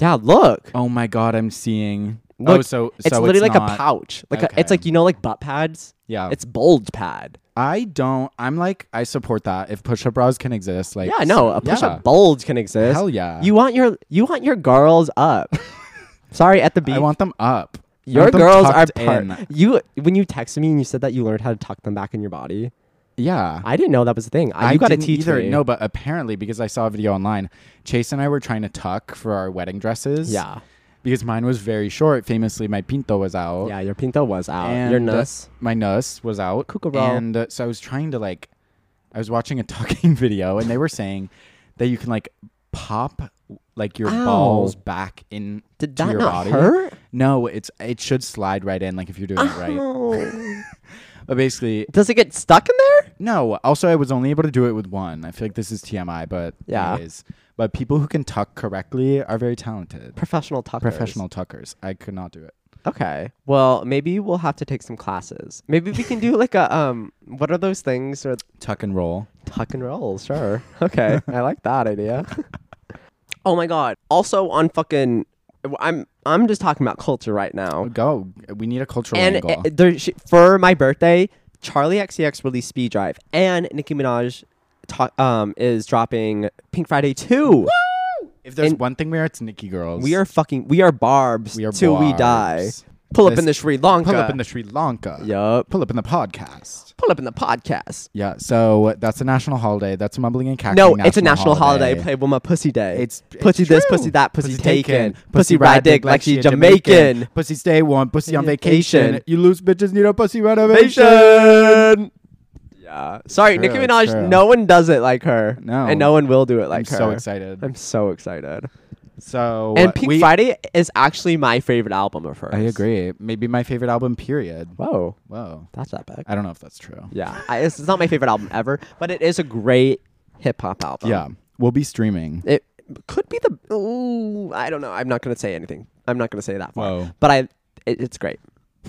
S2: yeah, look.
S3: Oh my god, I'm seeing.
S2: Look,
S3: oh, so
S2: it's
S3: so
S2: literally like a
S3: not-
S2: pouch. Like a,
S3: Okay.
S2: it's like you know, like butt pads.
S3: Yeah.
S2: it's bulge pad.
S3: I don't. I'm like I support that. If push-up bras can exist, like
S2: Yeah, no, a
S3: yeah.
S2: push up bulge can exist.
S3: Hell yeah.
S2: You want your you want your girls up. Sorry, at the beach.
S3: I want them up. I
S2: your
S3: want them
S2: girls are
S3: tucked
S2: part-
S3: in.
S2: You when you texted me and you said that you learned how to tuck them back in your body.
S3: Yeah,
S2: I didn't know that was a thing. I, you got to
S3: didn't
S2: teach
S3: either.
S2: me.
S3: No, but apparently because I saw a video online, Chase and I were trying to tuck for our wedding dresses.
S2: Yeah.
S3: because mine was very short. Famously, my pinto was out.
S2: yeah, your pinto was out.
S3: and uh,
S2: your nuts.
S3: My nose was out.
S2: Kookaburra.
S3: And uh, so I was trying to like, I was watching a tucking video, and they were saying that you can like pop like your
S2: Ow.
S3: balls back in.
S2: Did
S3: to
S2: that
S3: your
S2: not
S3: body.
S2: hurt?
S3: No, it's it should slide right in, like if you're doing it right.
S2: Oh.
S3: But basically,
S2: Does it get stuck in there?
S3: no. Also, I was only able to do it with one. I feel like this is TMI, but
S2: Yeah.
S3: it is. But people who can tuck correctly are very talented.
S2: Professional tuckers.
S3: Professional tuckers. I could not do it.
S2: Okay. Well, maybe we'll have to take some classes. Maybe we can do like a um. What are those things? Or
S3: Tuck and roll.
S2: Tuck and roll, sure. Okay, I like that idea. oh my god! Also on fucking, I'm I'm just talking about culture right now.
S3: Go. We need a cultural
S2: And
S3: angle.
S2: uh, there, sh- for my birthday, Charlie XCX released Speed Drive, and Nicki Minaj ta- um is dropping Pink Friday two.
S3: If there's
S2: And-
S3: one thing we are, it's Nikki girls.
S2: We are fucking, we are barbs
S3: We are
S2: till we die.
S3: barbs.
S2: Pull up
S3: This-
S2: in the Sri Lanka.
S3: pull up in the Sri Lanka.
S2: yup.
S3: Pull up in the podcast.
S2: Pull up in the podcast.
S3: Yeah. So that's a national holiday. That's a mumbling and cackling.
S2: No, it's a national holiday. Play with my pussy day.
S3: It's, it's
S2: pussy this,
S3: true.
S2: pussy that, pussy, taken. Pussy ride dick like she Jamaican.
S3: Pussy stay warm. Pussy on
S2: Vacation.
S3: vacation. You lose bitches need a pussy renovation.
S2: Nation. Yeah. Sorry,
S3: True,
S2: Nicki
S3: it's
S2: Minaj.
S3: true.
S2: No one does it like her.
S3: No.
S2: and no one will do it
S3: I'm
S2: like her.
S3: so excited.
S2: I'm so excited.
S3: so uh,
S2: and Pink
S3: we-
S2: Friday is actually my favorite album of hers.
S3: I agree. Maybe my favorite album. Period.
S2: Whoa,
S3: Whoa.
S2: that's epic.
S3: I don't know if that's true.
S2: Yeah, I, it's, it's not my favorite album ever, but it is a great hip hop album.
S3: Yeah. We'll be streaming.
S2: it could be the. Ooh, I don't know. I'm not gonna say anything. I'm not gonna say that far.
S3: Whoa.
S2: But I, it, it's great.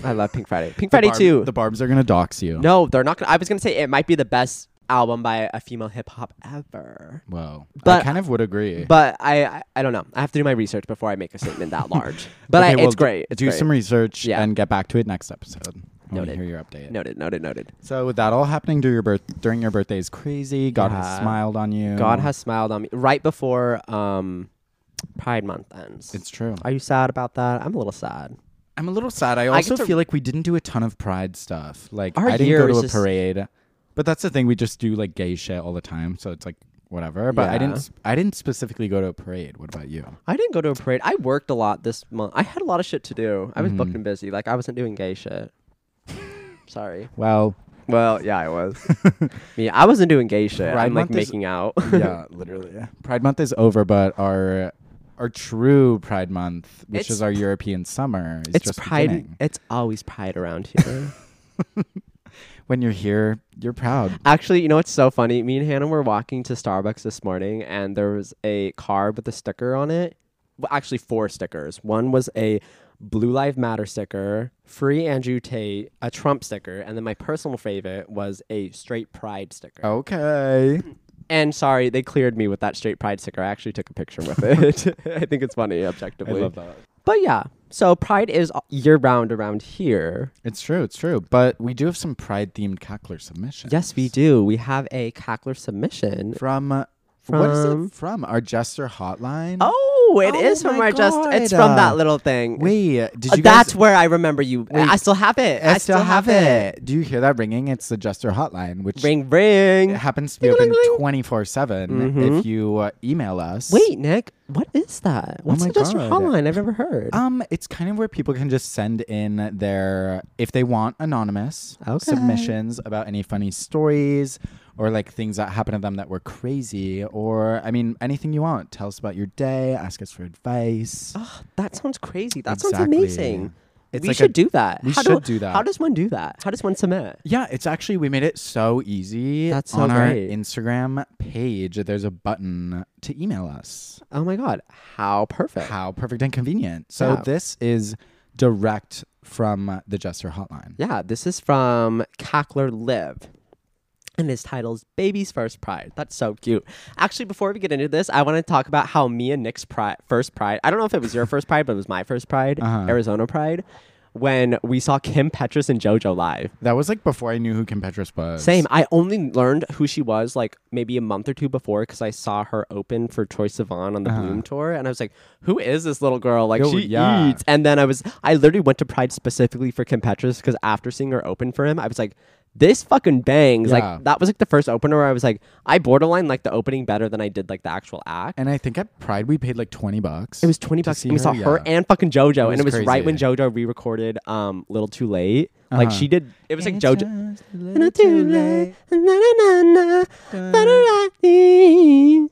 S2: I love Pink Friday. Pink Friday
S3: the barb-
S2: too.
S3: The Barb's are gonna dox you.
S2: No, they're not gonna. I was gonna say it might be the best album by a female hip hop ever.
S3: Whoa.
S2: But-
S3: I kind of would agree.
S2: But I, I, I don't know. I have to do my research before I make a statement that large. But I,
S3: Okay, well,
S2: it's great. It's
S3: do
S2: great.
S3: some research
S2: Yeah.
S3: and get back to it next episode. I want
S2: Noted.
S3: to hear your update.
S2: Noted, noted, noted.
S3: So with that all happening during your birth during your birthday is crazy. God
S2: Yeah.
S3: has smiled on you.
S2: God has smiled on me right before um, Pride Month ends.
S3: It's true.
S2: Are you sad about that? I'm a little sad.
S3: I'm a little sad. I
S2: I get
S3: also
S2: to-
S3: feel like we didn't do a ton of pride stuff. Like
S2: Our
S3: I didn't
S2: year
S3: go
S2: is
S3: to a
S2: just-
S3: parade. But that's the thing. We just do like gay shit all the time. So it's like whatever. But I
S2: Yeah.
S3: didn't. s- I didn't specifically go to a parade. What about you?
S2: I didn't go to a parade. I worked a lot this month. I had a lot of shit to do. I was
S3: Mm-hmm.
S2: booked and busy. Like I wasn't doing gay shit. Sorry.
S3: Well,
S2: Well, yeah, I was. Me, I wasn't doing gay shit.
S3: Pride
S2: I'm like
S3: Month is-
S2: making out.
S3: yeah, literally. Pride Month is over, but our our true Pride Month, which
S2: It's
S3: is our European summer, is
S2: It's
S3: just
S2: pride.
S3: beginning.
S2: It's always pride around here.
S3: when you're here, you're proud.
S2: Actually, you know what's so funny? Me and Hannah were walking to Starbucks this morning, and there was a card with a sticker on it. Well, actually, four stickers. One was a Blue Lives Matter sticker, Free Andrew Tate, a Trump sticker, and then my personal favorite was a Straight Pride sticker.
S3: Okay.
S2: And sorry, they cleared me with that Straight Pride sticker. I actually took a picture with it. I think it's funny, objectively.
S3: that.
S2: But yeah, so Pride is year round around here.
S3: It's true. It's true. But we do have some pride themed cackler submissions.
S2: Yes, we do. We have a cackler submission.
S3: From, uh, what is
S2: From-
S3: it from? Our jester hotline.
S2: Oh, it
S3: Oh
S2: is from
S3: my
S2: our just. It's
S3: God.
S2: from that little thing.
S3: Wait, did
S2: Uh,
S3: you
S2: that's
S3: guys,
S2: where I remember you.
S3: Wait.
S2: I still have it.
S3: I still have it. Do you hear that ringing? It's the Jester Hotline, which
S2: Ring, ring.
S3: it happens to be open 24 7 if you uh, email us.
S2: Wait, Nick, what is that? What's
S3: Oh my
S2: the just
S3: God.
S2: hotline I've ever heard?
S3: Um, it's kind of where people can just send in their if they want anonymous
S2: Okay.
S3: submissions about any funny stories or like things that happened to them that were crazy or I mean anything you want. Tell us about your day. Ask us for advice.
S2: Ah, that sounds crazy. That sounds
S3: Exactly.
S2: amazing.
S3: It's
S2: we
S3: like
S2: should
S3: a-
S2: do that.
S3: we
S2: how
S3: should do that.
S2: How does one do that? How does one submit?
S3: Yeah, it's actually we made it so easy.
S2: That's so
S3: on our
S2: great.
S3: Instagram page. There's a button to email us.
S2: Oh my god, how perfect!
S3: How perfect and convenient. So
S2: Yeah.
S3: this is direct from the Jester Hotline.
S2: Yeah, this is from Cackler Live. And his title's Baby's First Pride. That's so cute. Actually, before we get into this, I want to talk about how me and Nick's pride, first pride, I don't know if it was your first pride, but it was my first pride,
S3: Uh-huh.
S2: Arizona Pride, when we saw Kim Petras and JoJo live.
S3: That was like before I knew who Kim Petras was.
S2: Same. I only learned who she was like maybe a month or two before because I saw her open for Troy Sivan on the Bloom tour, and I was like, "Who is this little girl? Like
S3: Uh-huh. Yo,
S2: she
S3: yeah.
S2: eats." And then I was, I literally went to Pride specifically for Kim Petras because after seeing her open for him, I was like, "This fucking bangs!"
S3: Yeah.
S2: Like that was like the first opener where I was like, I borderline like the opening better than I did like the actual act.
S3: And I think at Pride we paid like twenty bucks.
S2: It was twenty
S3: to
S2: bucks,
S3: see
S2: and we saw her
S3: yeah.
S2: and fucking JoJo, and
S3: was
S2: it was right
S3: crazy.
S2: when JoJo re-recorded um "Little Too Late." Like
S3: Uh-huh.
S2: she did, it was like
S3: It's
S2: JoJo.
S3: just a little
S2: Little
S3: too
S2: too late.
S3: late.
S2: Na, na, na, na. Ba, da, da, dee.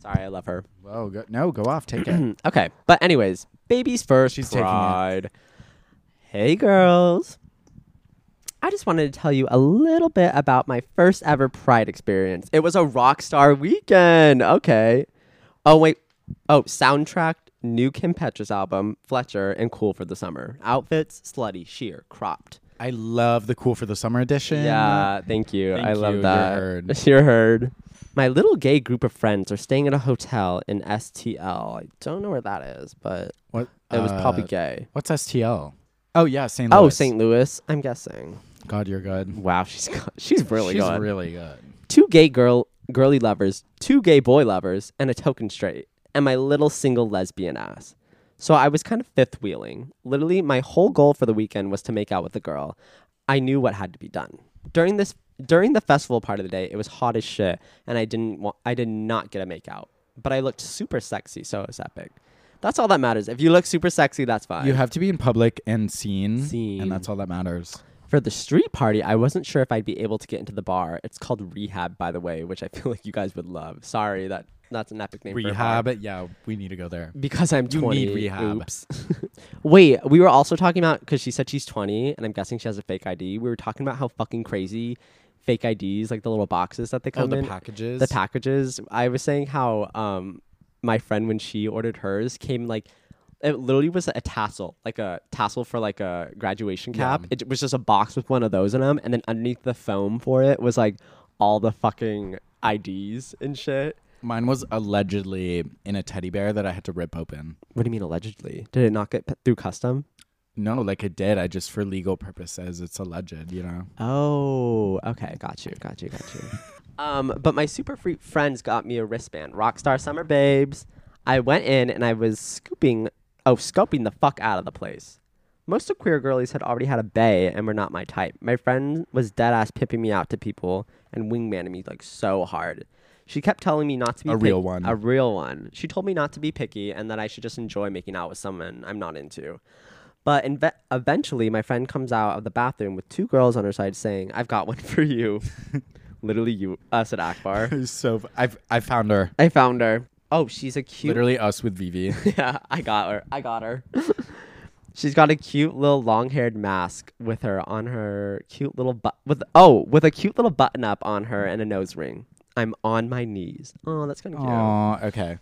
S2: Sorry, I love her.
S3: Whoa, go, no, go off, take it.
S2: Okay, but anyways, baby's first.
S3: She's taking it.
S2: pride. Hey, girls. I just wanted to tell you a little bit about my first ever Pride experience. It was a rock star weekend. Okay. Oh wait. Oh, soundtrack. New Kim Petras album, Fletcher and Cool for the Summer. Outfits, slutty, sheer, cropped.
S3: I love the cool for the summer edition.
S2: Yeah, thank you.
S3: uh, Thank
S2: I love
S3: you. You're
S2: that.
S3: heard.
S2: You're heard. My little gay group of friends are staying at a hotel in STL. I don't know where that is, but
S3: What
S2: it was probably
S3: uh,
S2: gay.
S3: What's STL? Oh yeah, St. Louis.
S2: Oh, St. Louis, I'm guessing.
S3: God, you're good.
S2: Wow, she's go- she's really
S3: She's
S2: good.
S3: really good.
S2: two gay girl girly lovers, two gay boy lovers, and a token straight, and my little single lesbian ass. So I was kind of fifth wheeling. Literally, my whole goal for the weekend was to make out with a girl. I knew what had to be done. During this during the festival part of the day, it was hot as shit, and I didn't want I did not get a make out. But I looked super sexy, so it was epic. That's all that matters. If you look super sexy, that's fine.
S3: You have to be in public and seen,
S2: Seen.
S3: and that's all that matters.
S2: For the street party, I wasn't sure if I'd be able to get into the bar. It's called Rehab, by the way, which I feel like you guys would love. Sorry, that that's an epic name. for a bar.
S3: Rehab. Yeah, we need to go there.
S2: Because I'm
S3: You
S2: 20.
S3: need rehab.
S2: Oops. Wait, we were also talking about because she said she's 20, and I'm guessing she has a fake ID. We were talking about how fucking crazy fake IDs, like the little boxes that they come
S3: the
S2: in,
S3: packages?
S2: Oh, The packages. I was saying how um my friend when she ordered hers came like. It literally was a tassel, like a tassel for like a graduation cap. It was just a box with one of those in them, and then underneath the foam for it was like all the fucking IDs and shit.
S3: Mine was allegedly in a teddy bear that I had to rip open.
S2: What do you mean allegedly? Did it not get p- through custom?
S3: No, like it did. I just for legal purposes, it's alleged. You know.
S2: Oh, okay. Got you. Got you. Got you. um, but my super freak friends got me a wristband, Rockstar Summer Babes. I went in and I was scooping, oh, scoping the fuck out of the place. Most of queer girlies had already had a bay and were not my type. My friend was dead ass pimping me out to people and wingmanning me like so hard. She kept telling me not to be
S3: A
S2: pick-
S3: real one.
S2: A real one. She told me not to be picky and that I should just enjoy making out with someone I'm not into. But inve- eventually, my friend comes out of the bathroom with two girls on her side saying, I've got one for you. Literally, you, us at Akbar.
S3: It was so f- I've I found her.
S2: I found her. Oh, she's a cute.
S3: Literally us with Vivi.
S2: Yeah, I got her. I got her. She's got a cute little long-haired mask with her on her cute little but with oh with a cute little button up on her and a nose ring. I'm on my knees. Oh, that's kind of cute.
S3: Aw, okay.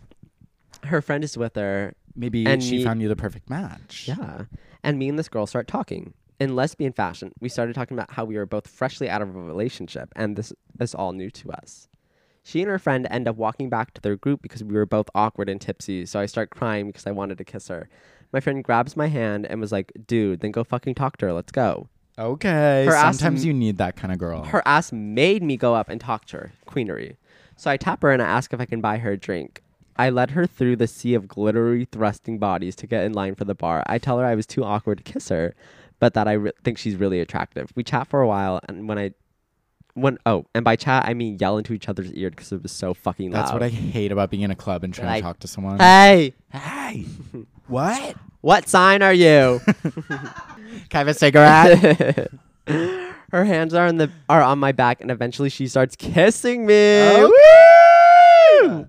S2: Her friend is with her.
S3: Maybe
S2: And
S3: she
S2: me-
S3: found you the perfect match.
S2: Yeah, and me and this girl start talking in lesbian fashion. We started talking about how we were both freshly out of a relationship, and this is all new to us. She and her friend end up walking back to their group because we were both awkward and tipsy. So I start crying because I wanted to kiss her. My friend grabs my hand and was like, "Dude, then go fucking talk to her. Let's go."
S3: Okay.
S2: Her ass
S3: Sometimes
S2: m-
S3: you need that kind of girl.
S2: her ass made me go up and talk to her, Queenery. So I tap her and I ask if I can buy her a drink. I led her through the sea of glittery, thrusting bodies to get in line for the bar. I tell her I was too awkward to kiss her, but that I re- think she's really attractive. We chat for a while, and when I, when oh, and by chat I mean yell into each other's ear because it was so fucking loud.
S3: That's what I hate about being in a club and trying
S2: Like,
S3: to talk to someone.
S2: Hey,
S3: Hey, what?
S2: what sign are you?
S3: Can I have a cigarette?
S2: her hands are on the are on my back, and eventually she starts kissing me.
S3: Woo!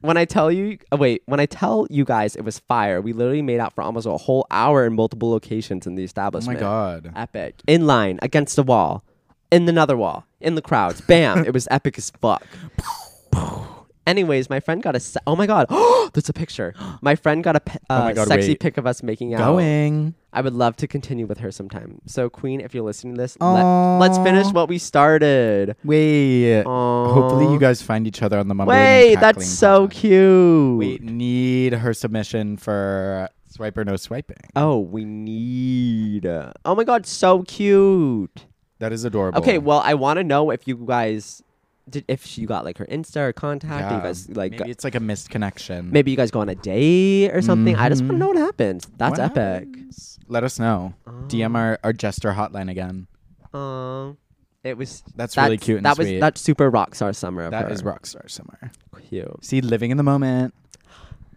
S2: when I tell you, oh, wait, when I tell you guys it was fire, we literally made out for almost a whole hour in multiple locations in the
S3: Oh
S2: establishment.
S3: my god.
S2: Epic. In line, against a wall, in another wall, in the crowds. Bam. it was epic as fuck. Anyways, my friend got a. Se- oh my god. There's a picture. My friend got a pe- uh,
S3: Oh my God,
S2: sexy
S3: wait.
S2: pic of us making out.
S3: Going.
S2: I would love to continue with her sometime. So, Queen, if you're listening to this, let, let's finish what we started.
S3: Wait. Hopefully
S2: Aw.
S3: you guys find each other on the mumbling. and
S2: Wait, that's
S3: cackling
S2: so
S3: pod.
S2: cute.
S3: We need her submission for swipe or no swiping.
S2: Oh, we need. Oh my god, so cute.
S3: That is adorable.
S2: Okay, well, I want to know if you guys did if she got like her Insta or contact.
S3: Yeah.
S2: You guys like
S3: maybe it's like a missed connection.
S2: maybe you guys go on a date or something. I just want to
S3: Mhm.
S2: know what happens. That's
S3: What
S2: epic.
S3: happens? Let us know. DM our, our jester hotline again.
S2: Um, it was
S3: That's really cute and
S2: that
S3: sweet.
S2: was that's super rock star summer. Of
S3: That
S2: her.
S3: is rockstar summer.
S2: cute.
S3: See, living in the moment,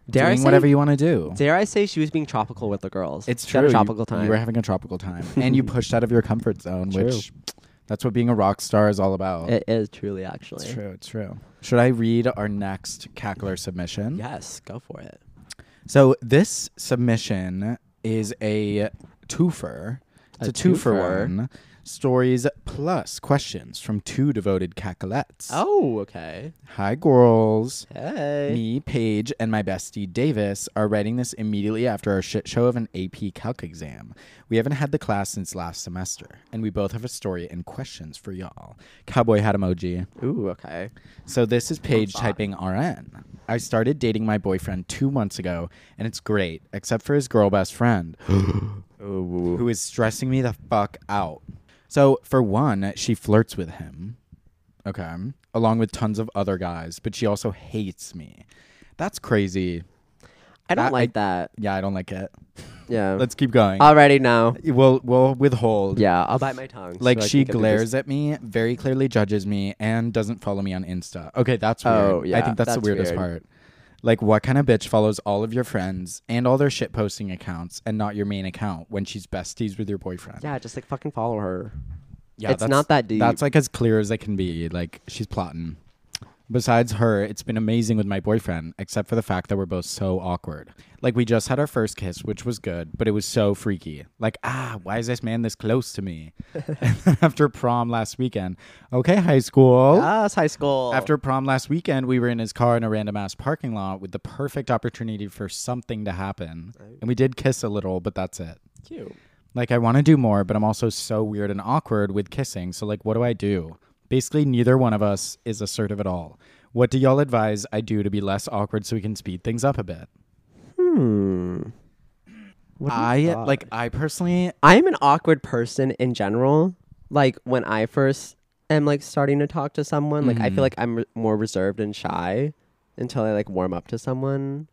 S2: Dare I
S3: doing
S2: say,
S3: whatever you want to do.
S2: Dare I say she was being tropical with the girls?
S3: It's
S2: She had
S3: true.
S2: A tropical
S3: you,
S2: time.
S3: You were having a tropical time, and you pushed out of your comfort zone,
S2: True.
S3: which that's what being a rock star is all about.
S2: it is truly actually.
S3: it's true. It's true. Should I read our next cackler submission?
S2: Yes, go for it.
S3: So this submission is a twofer. It's
S2: A
S3: a, two for
S2: twofer.
S3: one. Stories plus questions from two devoted cacolettes.
S2: Oh, okay.
S3: Hi, girls.
S2: Hey.
S3: Me, Paige, and my bestie Davis are writing this immediately after our shit show of an AP Calc exam. We haven't had the class since last semester, and we both have a story and questions for y'all. Cowboy hat emoji.
S2: Ooh, okay.
S3: So this is Paige typing RN. I started dating my boyfriend two months ago, and it's great, except for his girl best friend, who is stressing me the fuck out. So for one, she flirts with him, okay, along with tons of other guys, but she also hates me. That's crazy.
S2: I don't
S3: That-
S2: like
S3: I-
S2: that.
S3: Yeah, I don't like it.
S2: Yeah.
S3: Let's keep going.
S2: Already now.
S3: we'll we'll withhold.
S2: Yeah, I'll bite my tongue.
S3: Like
S2: so I
S3: she
S2: can get through this.
S3: glares at me, very clearly judges me, and doesn't follow me on Insta. Okay, that's weird.
S2: Oh, yeah,
S3: I think that's, the
S2: that's
S3: weirdest
S2: weird.
S3: part. Like, what kind of bitch follows all of your friends and all their shit posting accounts and not your main account when she's besties with your boyfriend?
S2: Yeah, just like fucking follow her.
S3: Yeah,
S2: It's
S3: that's-
S2: not that deep.
S3: That's like as clear as it can be. Like she's plotting. Besides her, it's been amazing with my boyfriend, except for the fact that we're both so awkward. Like we just had our first kiss, which was good, but it was so freaky. Like, ah, why is this man this close to me? and then after prom last weekend, okay, high Ah, school.
S2: Yes, high school.
S3: After prom last weekend, we were in his car in a random ass parking lot with the perfect opportunity for something to happen. And we did kiss a little, but that's it.
S2: cute.
S3: Like, I want to do more, but I'm also so weird and awkward with kissing. So, like, what do I do? Basically, neither one of us is assertive at all. What do y'all advise I do to be less awkward so we can speed things up a bit? Hmm. I like I personally
S2: I'm an awkward person in general. Like when I first am like starting to talk to someone, like
S3: Mm-hmm.
S2: I feel like I'm re- more reserved and shy until I like warm up to someone.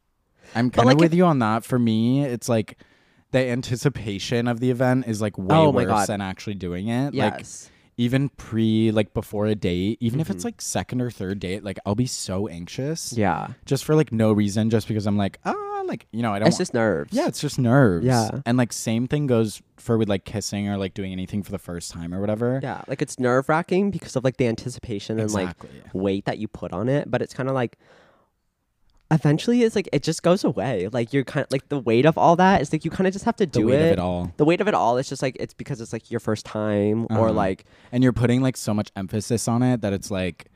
S3: I'm kind of
S2: like,
S3: with
S2: if-
S3: you on that. For me, it's like the anticipation of the event is like way
S2: Oh my
S3: worse
S2: God.
S3: than actually doing it. Like
S2: Yes.
S3: even pre like before a date, even if it's like second or third date, like I'll be so anxious.
S2: yeah.
S3: just for like no reason, just because I'm like, ah, like you know, I don't.
S2: It's
S3: wa-
S2: just nerves.
S3: yeah, it's just nerves.
S2: Yeah.
S3: and like same thing goes for with like kissing or like doing anything for the first time or whatever.
S2: Yeah, like it's nerve wracking because of like the anticipation and
S3: Exactly.
S2: like weight that you put on it. But it's kind of like eventually it's like it just goes away. Like you're kind of like the weight of all that is like you kind of just have to
S3: the
S2: do
S3: weight
S2: it.
S3: of it all.
S2: The weight of it all is just like it's because it's like your first time or
S3: Uh-huh.
S2: like
S3: and you're putting like so much emphasis on it that it's like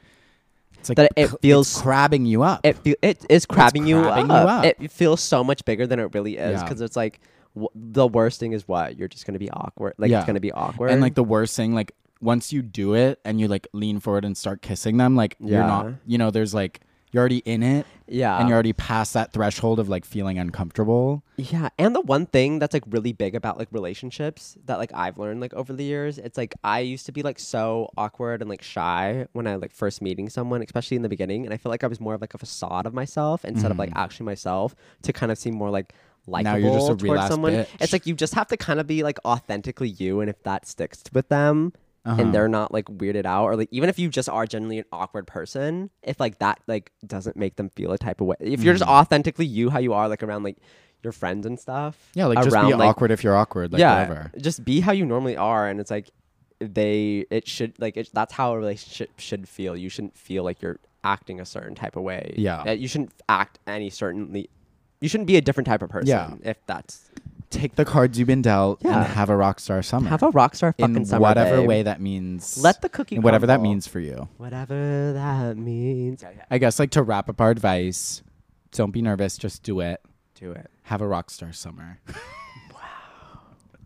S3: it's like
S2: That it
S3: p-
S2: feels-
S3: it's crabbing you up.
S2: it feel it is crabbing, you, up.
S3: crabbing you up.
S2: It feels so much bigger than it really is
S3: Yeah.
S2: because it's like w- the worst thing is what you're just gonna be awkward. Like
S3: Yeah.
S2: it's gonna be awkward
S3: and like the worst thing, like once you do it and you like lean forward and start kissing them, like you're not,
S2: Yeah.
S3: you know, there's like you're already in it,
S2: yeah
S3: and you're already past that threshold of like feeling uncomfortable.
S2: Yeah, and the one thing that's like really big about like relationships that like I've learned like over the years, it's like I used to be like so awkward and like shy when I like first meeting someone, especially in the beginning, and I feel like I was more of like a facade of myself instead of like actually myself to kind of seem more like
S3: Mm. Now
S2: likable
S3: you're just a real
S2: towards
S3: ass
S2: someone.
S3: bitch.
S2: It's like you just have to kind of be like authentically you, and if that sticks with them.
S3: Uh-huh.
S2: And they're not like weirded out, or like even if you just are generally an awkward person, if like that like doesn't make them feel a type of way, if you're
S3: Mm-hmm.
S2: just authentically you, how you are, like around like your friends and stuff.
S3: Yeah, like just be
S2: around, like-
S3: awkward if you're awkward, like
S2: yeah,
S3: whatever.
S2: just be how you normally are, and it's like they it should like it, that's how a relationship should feel. You shouldn't feel like you're acting a certain type of way.
S3: Yeah.
S2: Uh, you shouldn't act any certainly. You shouldn't be a different type of person.
S3: Yeah.
S2: if that's
S3: Take the cards you've been dealt
S2: Yeah.
S3: and have a rock star summer.
S2: have a rock star fucking
S3: in
S2: summer,
S3: whatever
S2: babe.
S3: way that means.
S2: Let the cookie
S3: in whatever that
S2: crumble.
S3: means for you.
S2: whatever that means.
S3: I guess like to wrap up our advice, don't be nervous, just do it.
S2: Do it.
S3: Have a rock star summer.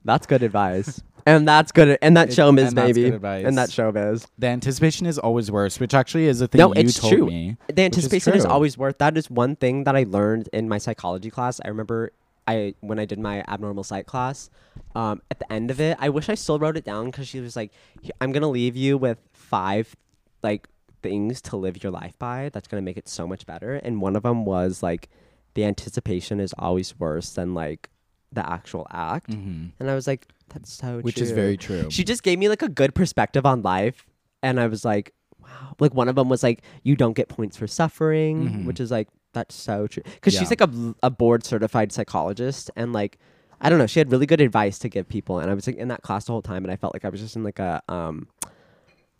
S2: That's good advice. and that's good. And that
S3: It-
S2: showbiz,
S3: and that's
S2: baby.
S3: good advice.
S2: And that showbiz.
S3: The anticipation is always worse, which actually is a thing
S2: No,
S3: you
S2: it's
S3: told
S2: true.
S3: me.
S2: The anticipation is,
S3: true.
S2: always worth. That is one thing that I learned in my psychology class. I remember I when I did my abnormal psych class. Um, at the end of it, I wish I still wrote it down because she was like, "Here- "I'm gonna leave you with five, like things to live your life by. That's gonna make it so much better." And one of them was like, "The anticipation is always worse than like the actual act." And I was like, "That's so
S3: Mm-hmm. Which
S2: true."
S3: is very true.
S2: She just gave me like a good perspective on life, and I was like, wow. Like one of them was like, you don't get points for suffering, which is like that's so true. Because
S3: Mm-hmm. Yeah.
S2: she's like a, a board certified psychologist, and like I don't know, she had really good advice to give people, and I was like in that class the whole time, and I felt like I was just in like a um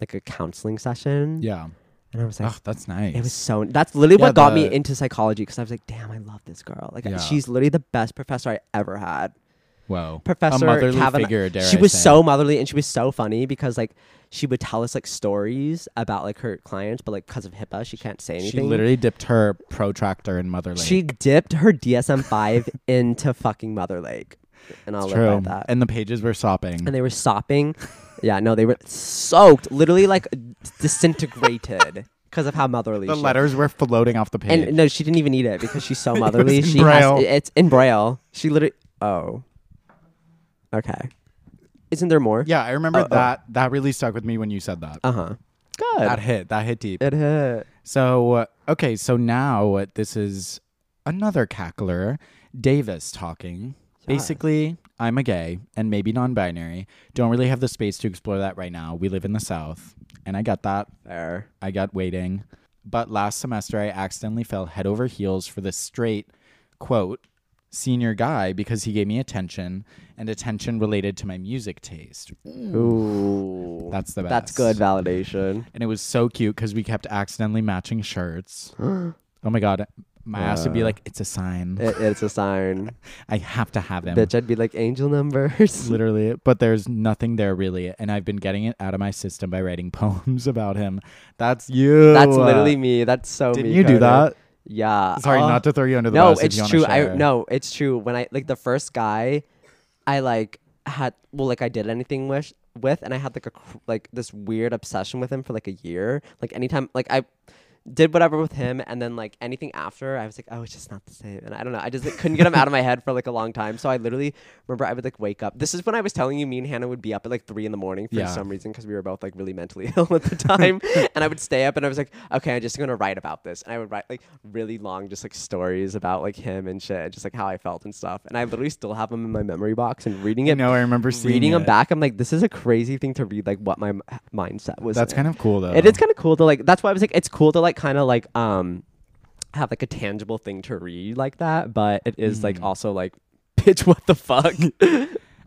S2: like a counseling session,
S3: yeah.
S2: and I was like.
S3: Oh, that's nice.
S2: It was so. That's literally
S3: Yeah,
S2: what got me
S3: the-
S2: into psychology because I was like, "Damn, I love this girl. Like,
S3: Yeah.
S2: she's literally the best professor I ever had."
S3: Whoa.
S2: Professor
S3: a motherly
S2: Kavanaugh.
S3: figure. Dare
S2: she
S3: I
S2: was
S3: say.
S2: so motherly and she was so funny because like she would tell us like stories about like her clients, but like because of HIPAA, she can't say
S3: She
S2: anything.
S3: literally dipped her protractor in motherly.
S2: She dipped her DSM five into fucking Mother Lake, and I'll
S3: true.
S2: live by that. And,
S3: And the pages were sopping.
S2: they were sopping. yeah, no, they were soaked, literally like disintegrated because of how motherly
S3: the
S2: she-
S3: letters were floating off the page.
S2: And no, she didn't even eat it because she's so motherly.
S3: in
S2: she
S3: Braille.
S2: has it's in braille. She literally. Oh. Okay. Isn't there more?
S3: yeah, I remember
S2: Oh, oh.
S3: that. That really stuck with me when you said that.
S2: Uh huh. Good.
S3: that hit. That hit deep.
S2: It hit.
S3: So, uh, okay, so now uh, this is another cackler, Davis talking. Basically, I'm a gay and maybe non binary. Don't really have the space to explore that right now. We live in the South, and I got that.
S2: There.
S3: I got waiting. But last semester, I accidentally fell head over heels for this straight, quote, senior guy because he gave me attention and attention related to my music taste.
S2: Ooh.
S3: That's the best.
S2: That's good validation.
S3: and it was so cute because we kept accidentally matching shirts. oh my god, my ass would be like, "It's a sign.
S2: It- it's a sign.
S3: I have to have them."
S2: Bitch, I'd be like angel numbers.
S3: Literally, but there's nothing there really, and I've been getting it out of my system by writing poems about him. That's you.
S2: That's literally me. That's so
S3: Didn't
S2: me,
S3: you do
S2: Carter.
S3: that?
S2: Yeah.
S3: Sorry,
S2: Oh.
S3: not to throw you under the
S2: No,
S3: bus. if
S2: it's
S3: you wanna
S2: true. I
S3: share.
S2: no, it's true. When I like the first guy, I like had well, like I did anything with with, and I had like a cr- like this weird obsession with him for like a year. Like anytime, like I did whatever with him, and then like anything after, I was like, oh, it's just not the same. And I don't know. I just like, couldn't get him out of my head for like a long time. So I literally remember I would like wake up. This is when I was telling you, me and Hannah would be up at like three in the morning for
S3: Yeah.
S2: some reason because we were both like really mentally ill at the time. and I would stay up and I was like, okay, I'm just gonna write about this. And I would write like really long, just like stories about like him and shit, and just like how I felt and stuff. And I literally still have them in my memory box and reading
S3: I
S2: it.
S3: know. I remember seeing
S2: reading them
S3: it.
S2: back, I'm like, this is a crazy thing to read. Like what my m- mindset was.
S3: That's
S2: in.
S3: kind of cool though.
S2: It is kind of cool to like. That's why I was like, it's cool to like kind of like um have like a tangible thing to read like that, but it is
S3: Mm.
S2: like also like. Bitch, what the fuck?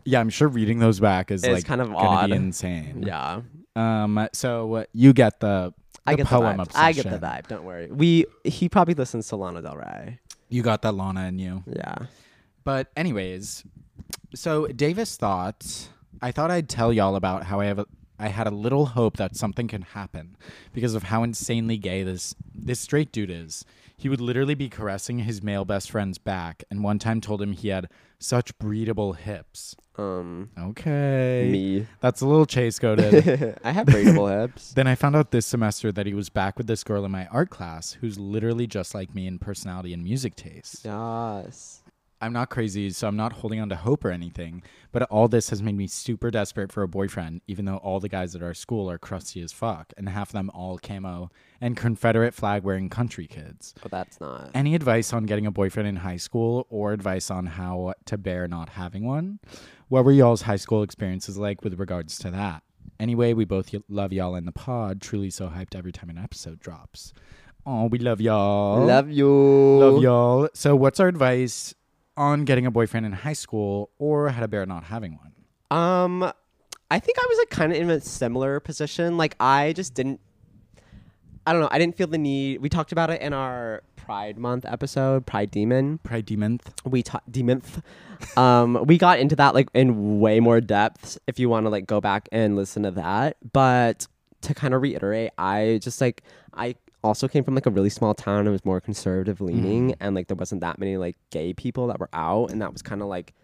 S3: yeah, I'm sure reading those back is
S2: It's
S3: like
S2: kind of
S3: gonna be
S2: odd.
S3: insane.
S2: yeah.
S3: Um. So uh, you get the
S2: I
S3: The
S2: get
S3: poem
S2: the vibe. I get the
S3: obsession.
S2: vibe. Don't worry. We he probably listens to Lana Del Rey.
S3: You got that Lana in you.
S2: Yeah.
S3: But anyways, so Davis thought I thought I'd tell y'all about how I have a, I had a little hope that something can happen because of how insanely gay this this straight dude is. He would literally be caressing his male best friend's back, and one time told him he had such breedable hips.
S2: Um.
S3: Okay,
S2: Me.
S3: That's a little chase coded.
S2: I have breedable hips.
S3: Then I found out this semester that he was back with this girl in my art class who's literally just like me in personality and music taste.
S2: Yes.
S3: I'm not crazy, so I'm not holding on to hope or anything, but all this has made me super desperate for a boyfriend, even though all the guys at our school are crusty as fuck, and half of them all camo and Confederate flag wearing country kids.
S2: But that's not.
S3: Any advice on getting a boyfriend in high school or advice on how to bear not having one? What were y'all's high school experiences like with regards to that? Anyway, we both y- love y'all in the pod. Truly so hyped every time an episode drops. Oh, we love y'all.
S2: Love you.
S3: Love y'all. So, what's our advice on getting a boyfriend in high school or how to bear not having one?
S2: Um, I think I was like kind of in a similar position. Like I just didn't. I don't know. I didn't feel the need. We talked about it in our Pride Month episode, Pride Demon.
S3: Pride Demon.
S2: We talked Demon. um, we got into that like in way more depth. If you want to like go back and listen to that, but to kind of reiterate, I just like I also came from like a really small town and was more conservative leaning, and like there wasn't that many like gay people that were out, and that was kind of like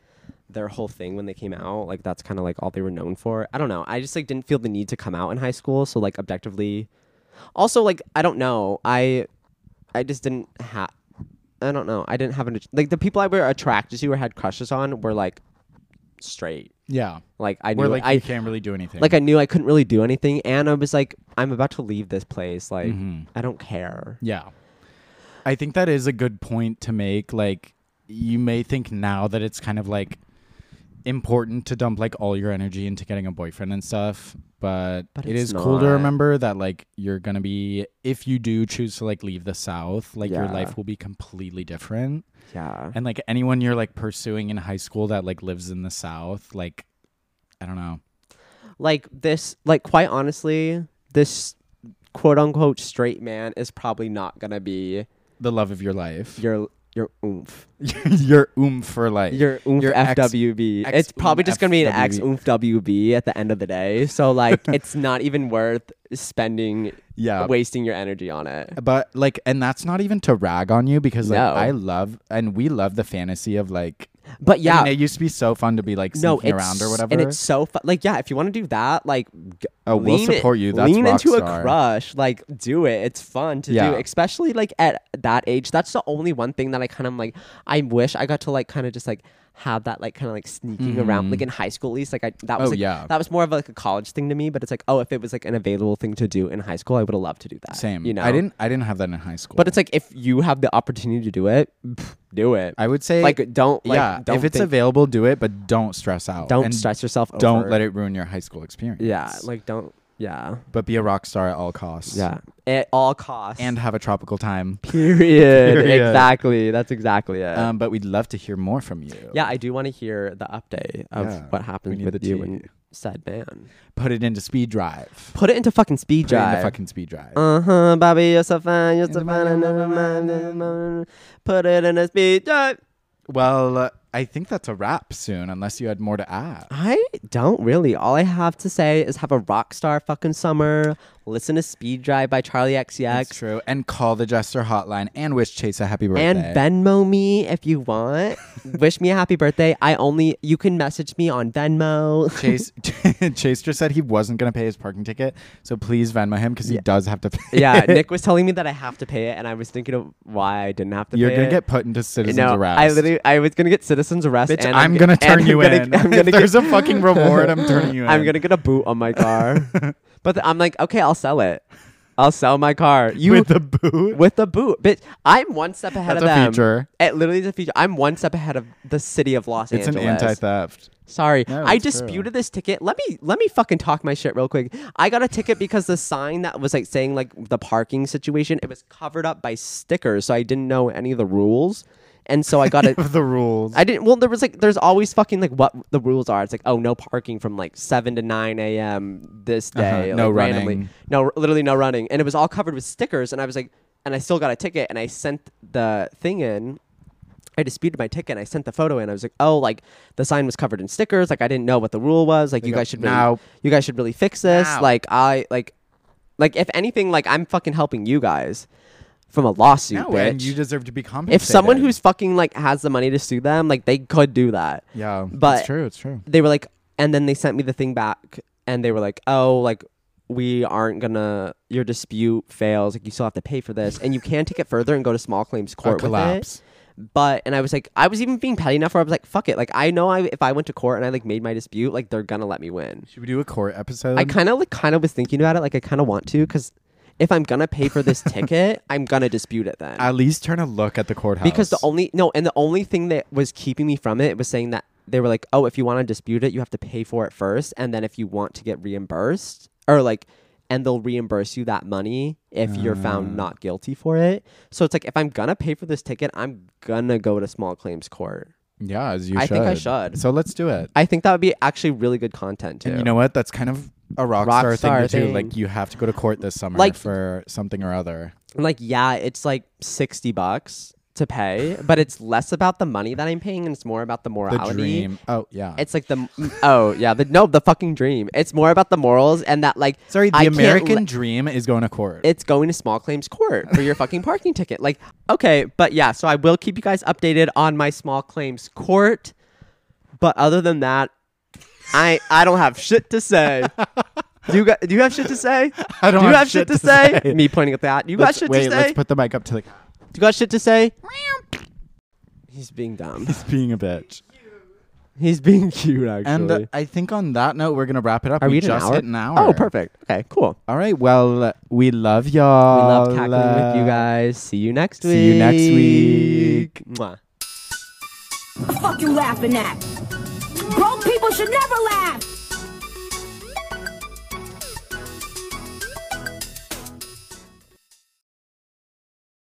S2: their whole thing when they came out. Like that's kind of like all they were known for. I don't know. I just like didn't feel the need to come out in high school. So like objectively, also like I don't know. I I just didn't have. I don't know. I didn't have an like the people I were attracted to or had crushes on were like straight.
S3: Yeah.
S2: Like I knew
S3: Where like
S2: I
S3: you can't really do anything.
S2: like I knew I couldn't really do anything, and I was like, I'm about to leave this place. Like
S3: Mhm.
S2: I don't care.
S3: Yeah. I think that is a good point to make. Like, you may think now that it's kind of like important to dump like all your energy into getting a boyfriend and stuff, but,
S2: But
S3: it
S2: it's
S3: is cool to
S2: not.
S3: remember that like you're going to be, if you do choose to like leave the South, like your
S2: Yeah.
S3: life will be completely different.
S2: Yeah.
S3: And like anyone you're like pursuing in high school that like lives in the South, like, I don't know.
S2: like this like quite honestly this quote unquote straight man is probably not gonna be
S3: The love of your life,
S2: your your oomph
S3: your oom for life.
S2: your oomph
S3: Your ex-
S2: fwb
S3: ex
S2: it's probably
S3: oomph
S2: just gonna be an ex
S3: FWB.
S2: oomph wb at the end of the day so like it's not even worth spending
S3: yeah,
S2: wasting your energy on it
S3: but like and that's not even to rag on you because like
S2: No.
S3: i love and we love the fantasy of like
S2: but
S3: yeah
S2: yeah
S3: I mean, it used to be so fun to be like
S2: no
S3: sneaking
S2: it's
S3: around or whatever
S2: and it's so fun like yeah if you want to do that like g-
S3: oh we'll
S2: lean in-
S3: support you that's
S2: lean into a
S3: Rockstar.
S2: crush, like do it. It's fun to
S3: Yeah.
S2: do, especially like at that age. That's the only one thing that I kind of like. I wish I got to like kind of just like have that like kind of like sneaking around, like in high school at least. Like I that was
S3: Mm. Oh,
S2: like,
S3: yeah.
S2: that was more of like a college thing to me. But it's like oh, if it was like an available thing to do in high school, I would have loved to do that.
S3: same
S2: you know.
S3: i didn't i didn't have that in high school
S2: But it's like if you have the opportunity to do it, pff, do it.
S3: i would say
S2: like don't like
S3: yeah
S2: don't
S3: if it's
S2: think-
S3: available do it but don't stress out
S2: don't
S3: and
S2: stress yourself.
S3: don't
S2: over.
S3: let it ruin your high school experience
S2: Yeah, like don't. Yeah,
S3: but be a rock star at all costs
S2: yeah. At all costs.
S3: and have a tropical time
S2: Period.
S3: Period.
S2: Exactly. That's exactly it.
S3: um but we'd love to hear more from you
S2: yeah, I do want to hear the update of
S3: Yeah,
S2: what
S3: we
S2: happened
S3: need
S2: with
S3: the
S2: you
S3: tea.
S2: and said man.
S3: put it into speed drive
S2: Put it into fucking speed
S3: Put it into
S2: drive.
S3: fucking speed drive
S2: uh huh, Bobby, you're so fine, you're so
S3: the
S2: fine, I never mind, never mind. Put it in a speed drive.
S3: well uh, i think that's a wrap soon unless you had more to add
S2: I don't really. All I have to say is have a rock star fucking summer. Listen to Speed Drive by E Charlie
S3: That's
S2: XCX.
S3: true. And call the Jester hotline and wish Chase a happy birthday.
S2: And Venmo me if you want. Wish me a happy birthday. I only you can message me on Venmo.
S3: Chase Chase just said he wasn't gonna pay his parking ticket, so please Venmo him because he does have to pay.
S2: yeah,
S3: it.
S2: Nick was telling me that I have to pay it, and I was thinking of why I didn't have to.
S3: you're
S2: pay
S3: gonna
S2: it.
S3: get put into citizens
S2: no,
S3: arrest.
S2: I literally, I was gonna get citizens arrest,
S3: Bitch,
S2: and
S3: I'm
S2: ge-
S3: gonna
S2: and
S3: turn you
S2: gonna-
S3: in.
S2: I'm gonna
S3: If there's
S2: get,
S3: a fucking reward, I'm turning you in.
S2: I'm gonna get a boot on my car. but th- I'm like, okay, I'll sell it. I'll sell my car. You
S3: with the boot.
S2: with the boot, bitch. I'm one step ahead
S3: That's
S2: of
S3: a
S2: them.
S3: feature.
S2: It literally is a feature. I'm one step ahead of the city of Los
S3: It's an
S2: Angeles.
S3: anti-theft.
S2: Sorry,
S3: No,
S2: I
S3: it's true.
S2: disputed this ticket. Let me let me fucking talk my shit real quick. I got a ticket because the sign that was like saying like the parking situation, it was covered up by stickers, so I didn't know any of the rules. And so I got it.
S3: the rules.
S2: I didn't. Well, there was like, there's always fucking like what the rules are. It's like, oh, no parking from like seven to nine a.m. this
S3: Uh-huh.
S2: day.
S3: No
S2: like, Randomly.
S3: running.
S2: No, literally no running. And it was all covered with stickers. And I was like, and I still got a ticket. And I sent the thing in. I disputed my ticket. And I sent the photo in. I was like, oh, like the sign was covered in stickers. Like I didn't know what the rule was. Like you
S3: go,
S2: guys should really,
S3: "No."
S2: you guys should really fix this.
S3: No.
S2: Like I like, like if anything, like I'm fucking helping you guys from a lawsuit,
S3: no,
S2: bitch
S3: and you deserve to be compensated.
S2: if someone who's fucking like has the money to sue them, like they could do that.
S3: yeah,
S2: but-
S3: it's true. It's true.
S2: They were like, and then they sent me the thing back, and they were like, oh, like we aren't gonna your dispute fails, like you still have to pay for this, and you can take it further and go to small claims
S3: Or
S2: court with it.
S3: collapse.
S2: But and I was like, I was even being petty enough where I was like, fuck it, like I know I if I went to court and I like made my dispute, like they're gonna let me win.
S3: Should we do a court episode?
S2: I kind of like kind of was thinking about it, like I kind of want to because. If I'm gonna pay for this ticket, I'm gonna dispute it then.
S3: at least turn a look at the courthouse
S2: because the only no and the only thing that was keeping me from it was saying that they were like oh if you want to dispute it you have to pay for it first and then if you want to get reimbursed or like and they'll reimburse you that money if you're
S3: Mm.
S2: found not guilty for it so it's like if i'm gonna pay for this ticket i'm gonna go to small claims court
S3: yeah, as you
S2: I
S3: should.
S2: think I should.
S3: So let's do it.
S2: i think that would be actually really good content too
S3: And you know what? That's kind of a rock,
S2: Rock
S3: star,
S2: star
S3: thing to
S2: thing.
S3: do. Like you have to go to court this summer
S2: Like-
S3: for something or other.
S2: like yeah it's like 60 bucks to pay but it's less about the money that i'm paying and it's more about the
S3: The
S2: morality
S3: dream. Oh yeah.
S2: It's like the oh yeah the no the fucking dream. It's more about the morals and that like
S3: Sorry, the
S2: I can't
S3: American
S2: le-
S3: dream is going to court.
S2: it's going to small claims court for your fucking parking ticket. Like okay, but yeah, so I will keep you guys updated on my small claims court. But other than that, I I don't have shit to say. Do you got, do you have shit to say?
S3: I don't
S2: do you
S3: have
S2: have shit
S3: shit
S2: to
S3: to
S2: say?
S3: say.
S2: Me pointing at that. You
S3: Let's-
S2: got shit
S3: wait,
S2: to say?
S3: let's put the mic up to like
S2: you got shit to say? He's being dumb.
S3: being a bitch.
S2: He's being cute
S3: And
S2: actually.
S3: uh, I think on that note, we're gonna wrap it up.
S2: Are
S3: we
S2: we at an
S3: just
S2: hour?
S3: hit an hour.
S2: oh, perfect. Okay, cool.
S3: All right. Well, we love y'all.
S2: We love cackling with you guys. See you next week.
S3: see you next week.
S2: Mwah.
S1: fuck you laughing at? Broke people should never laugh.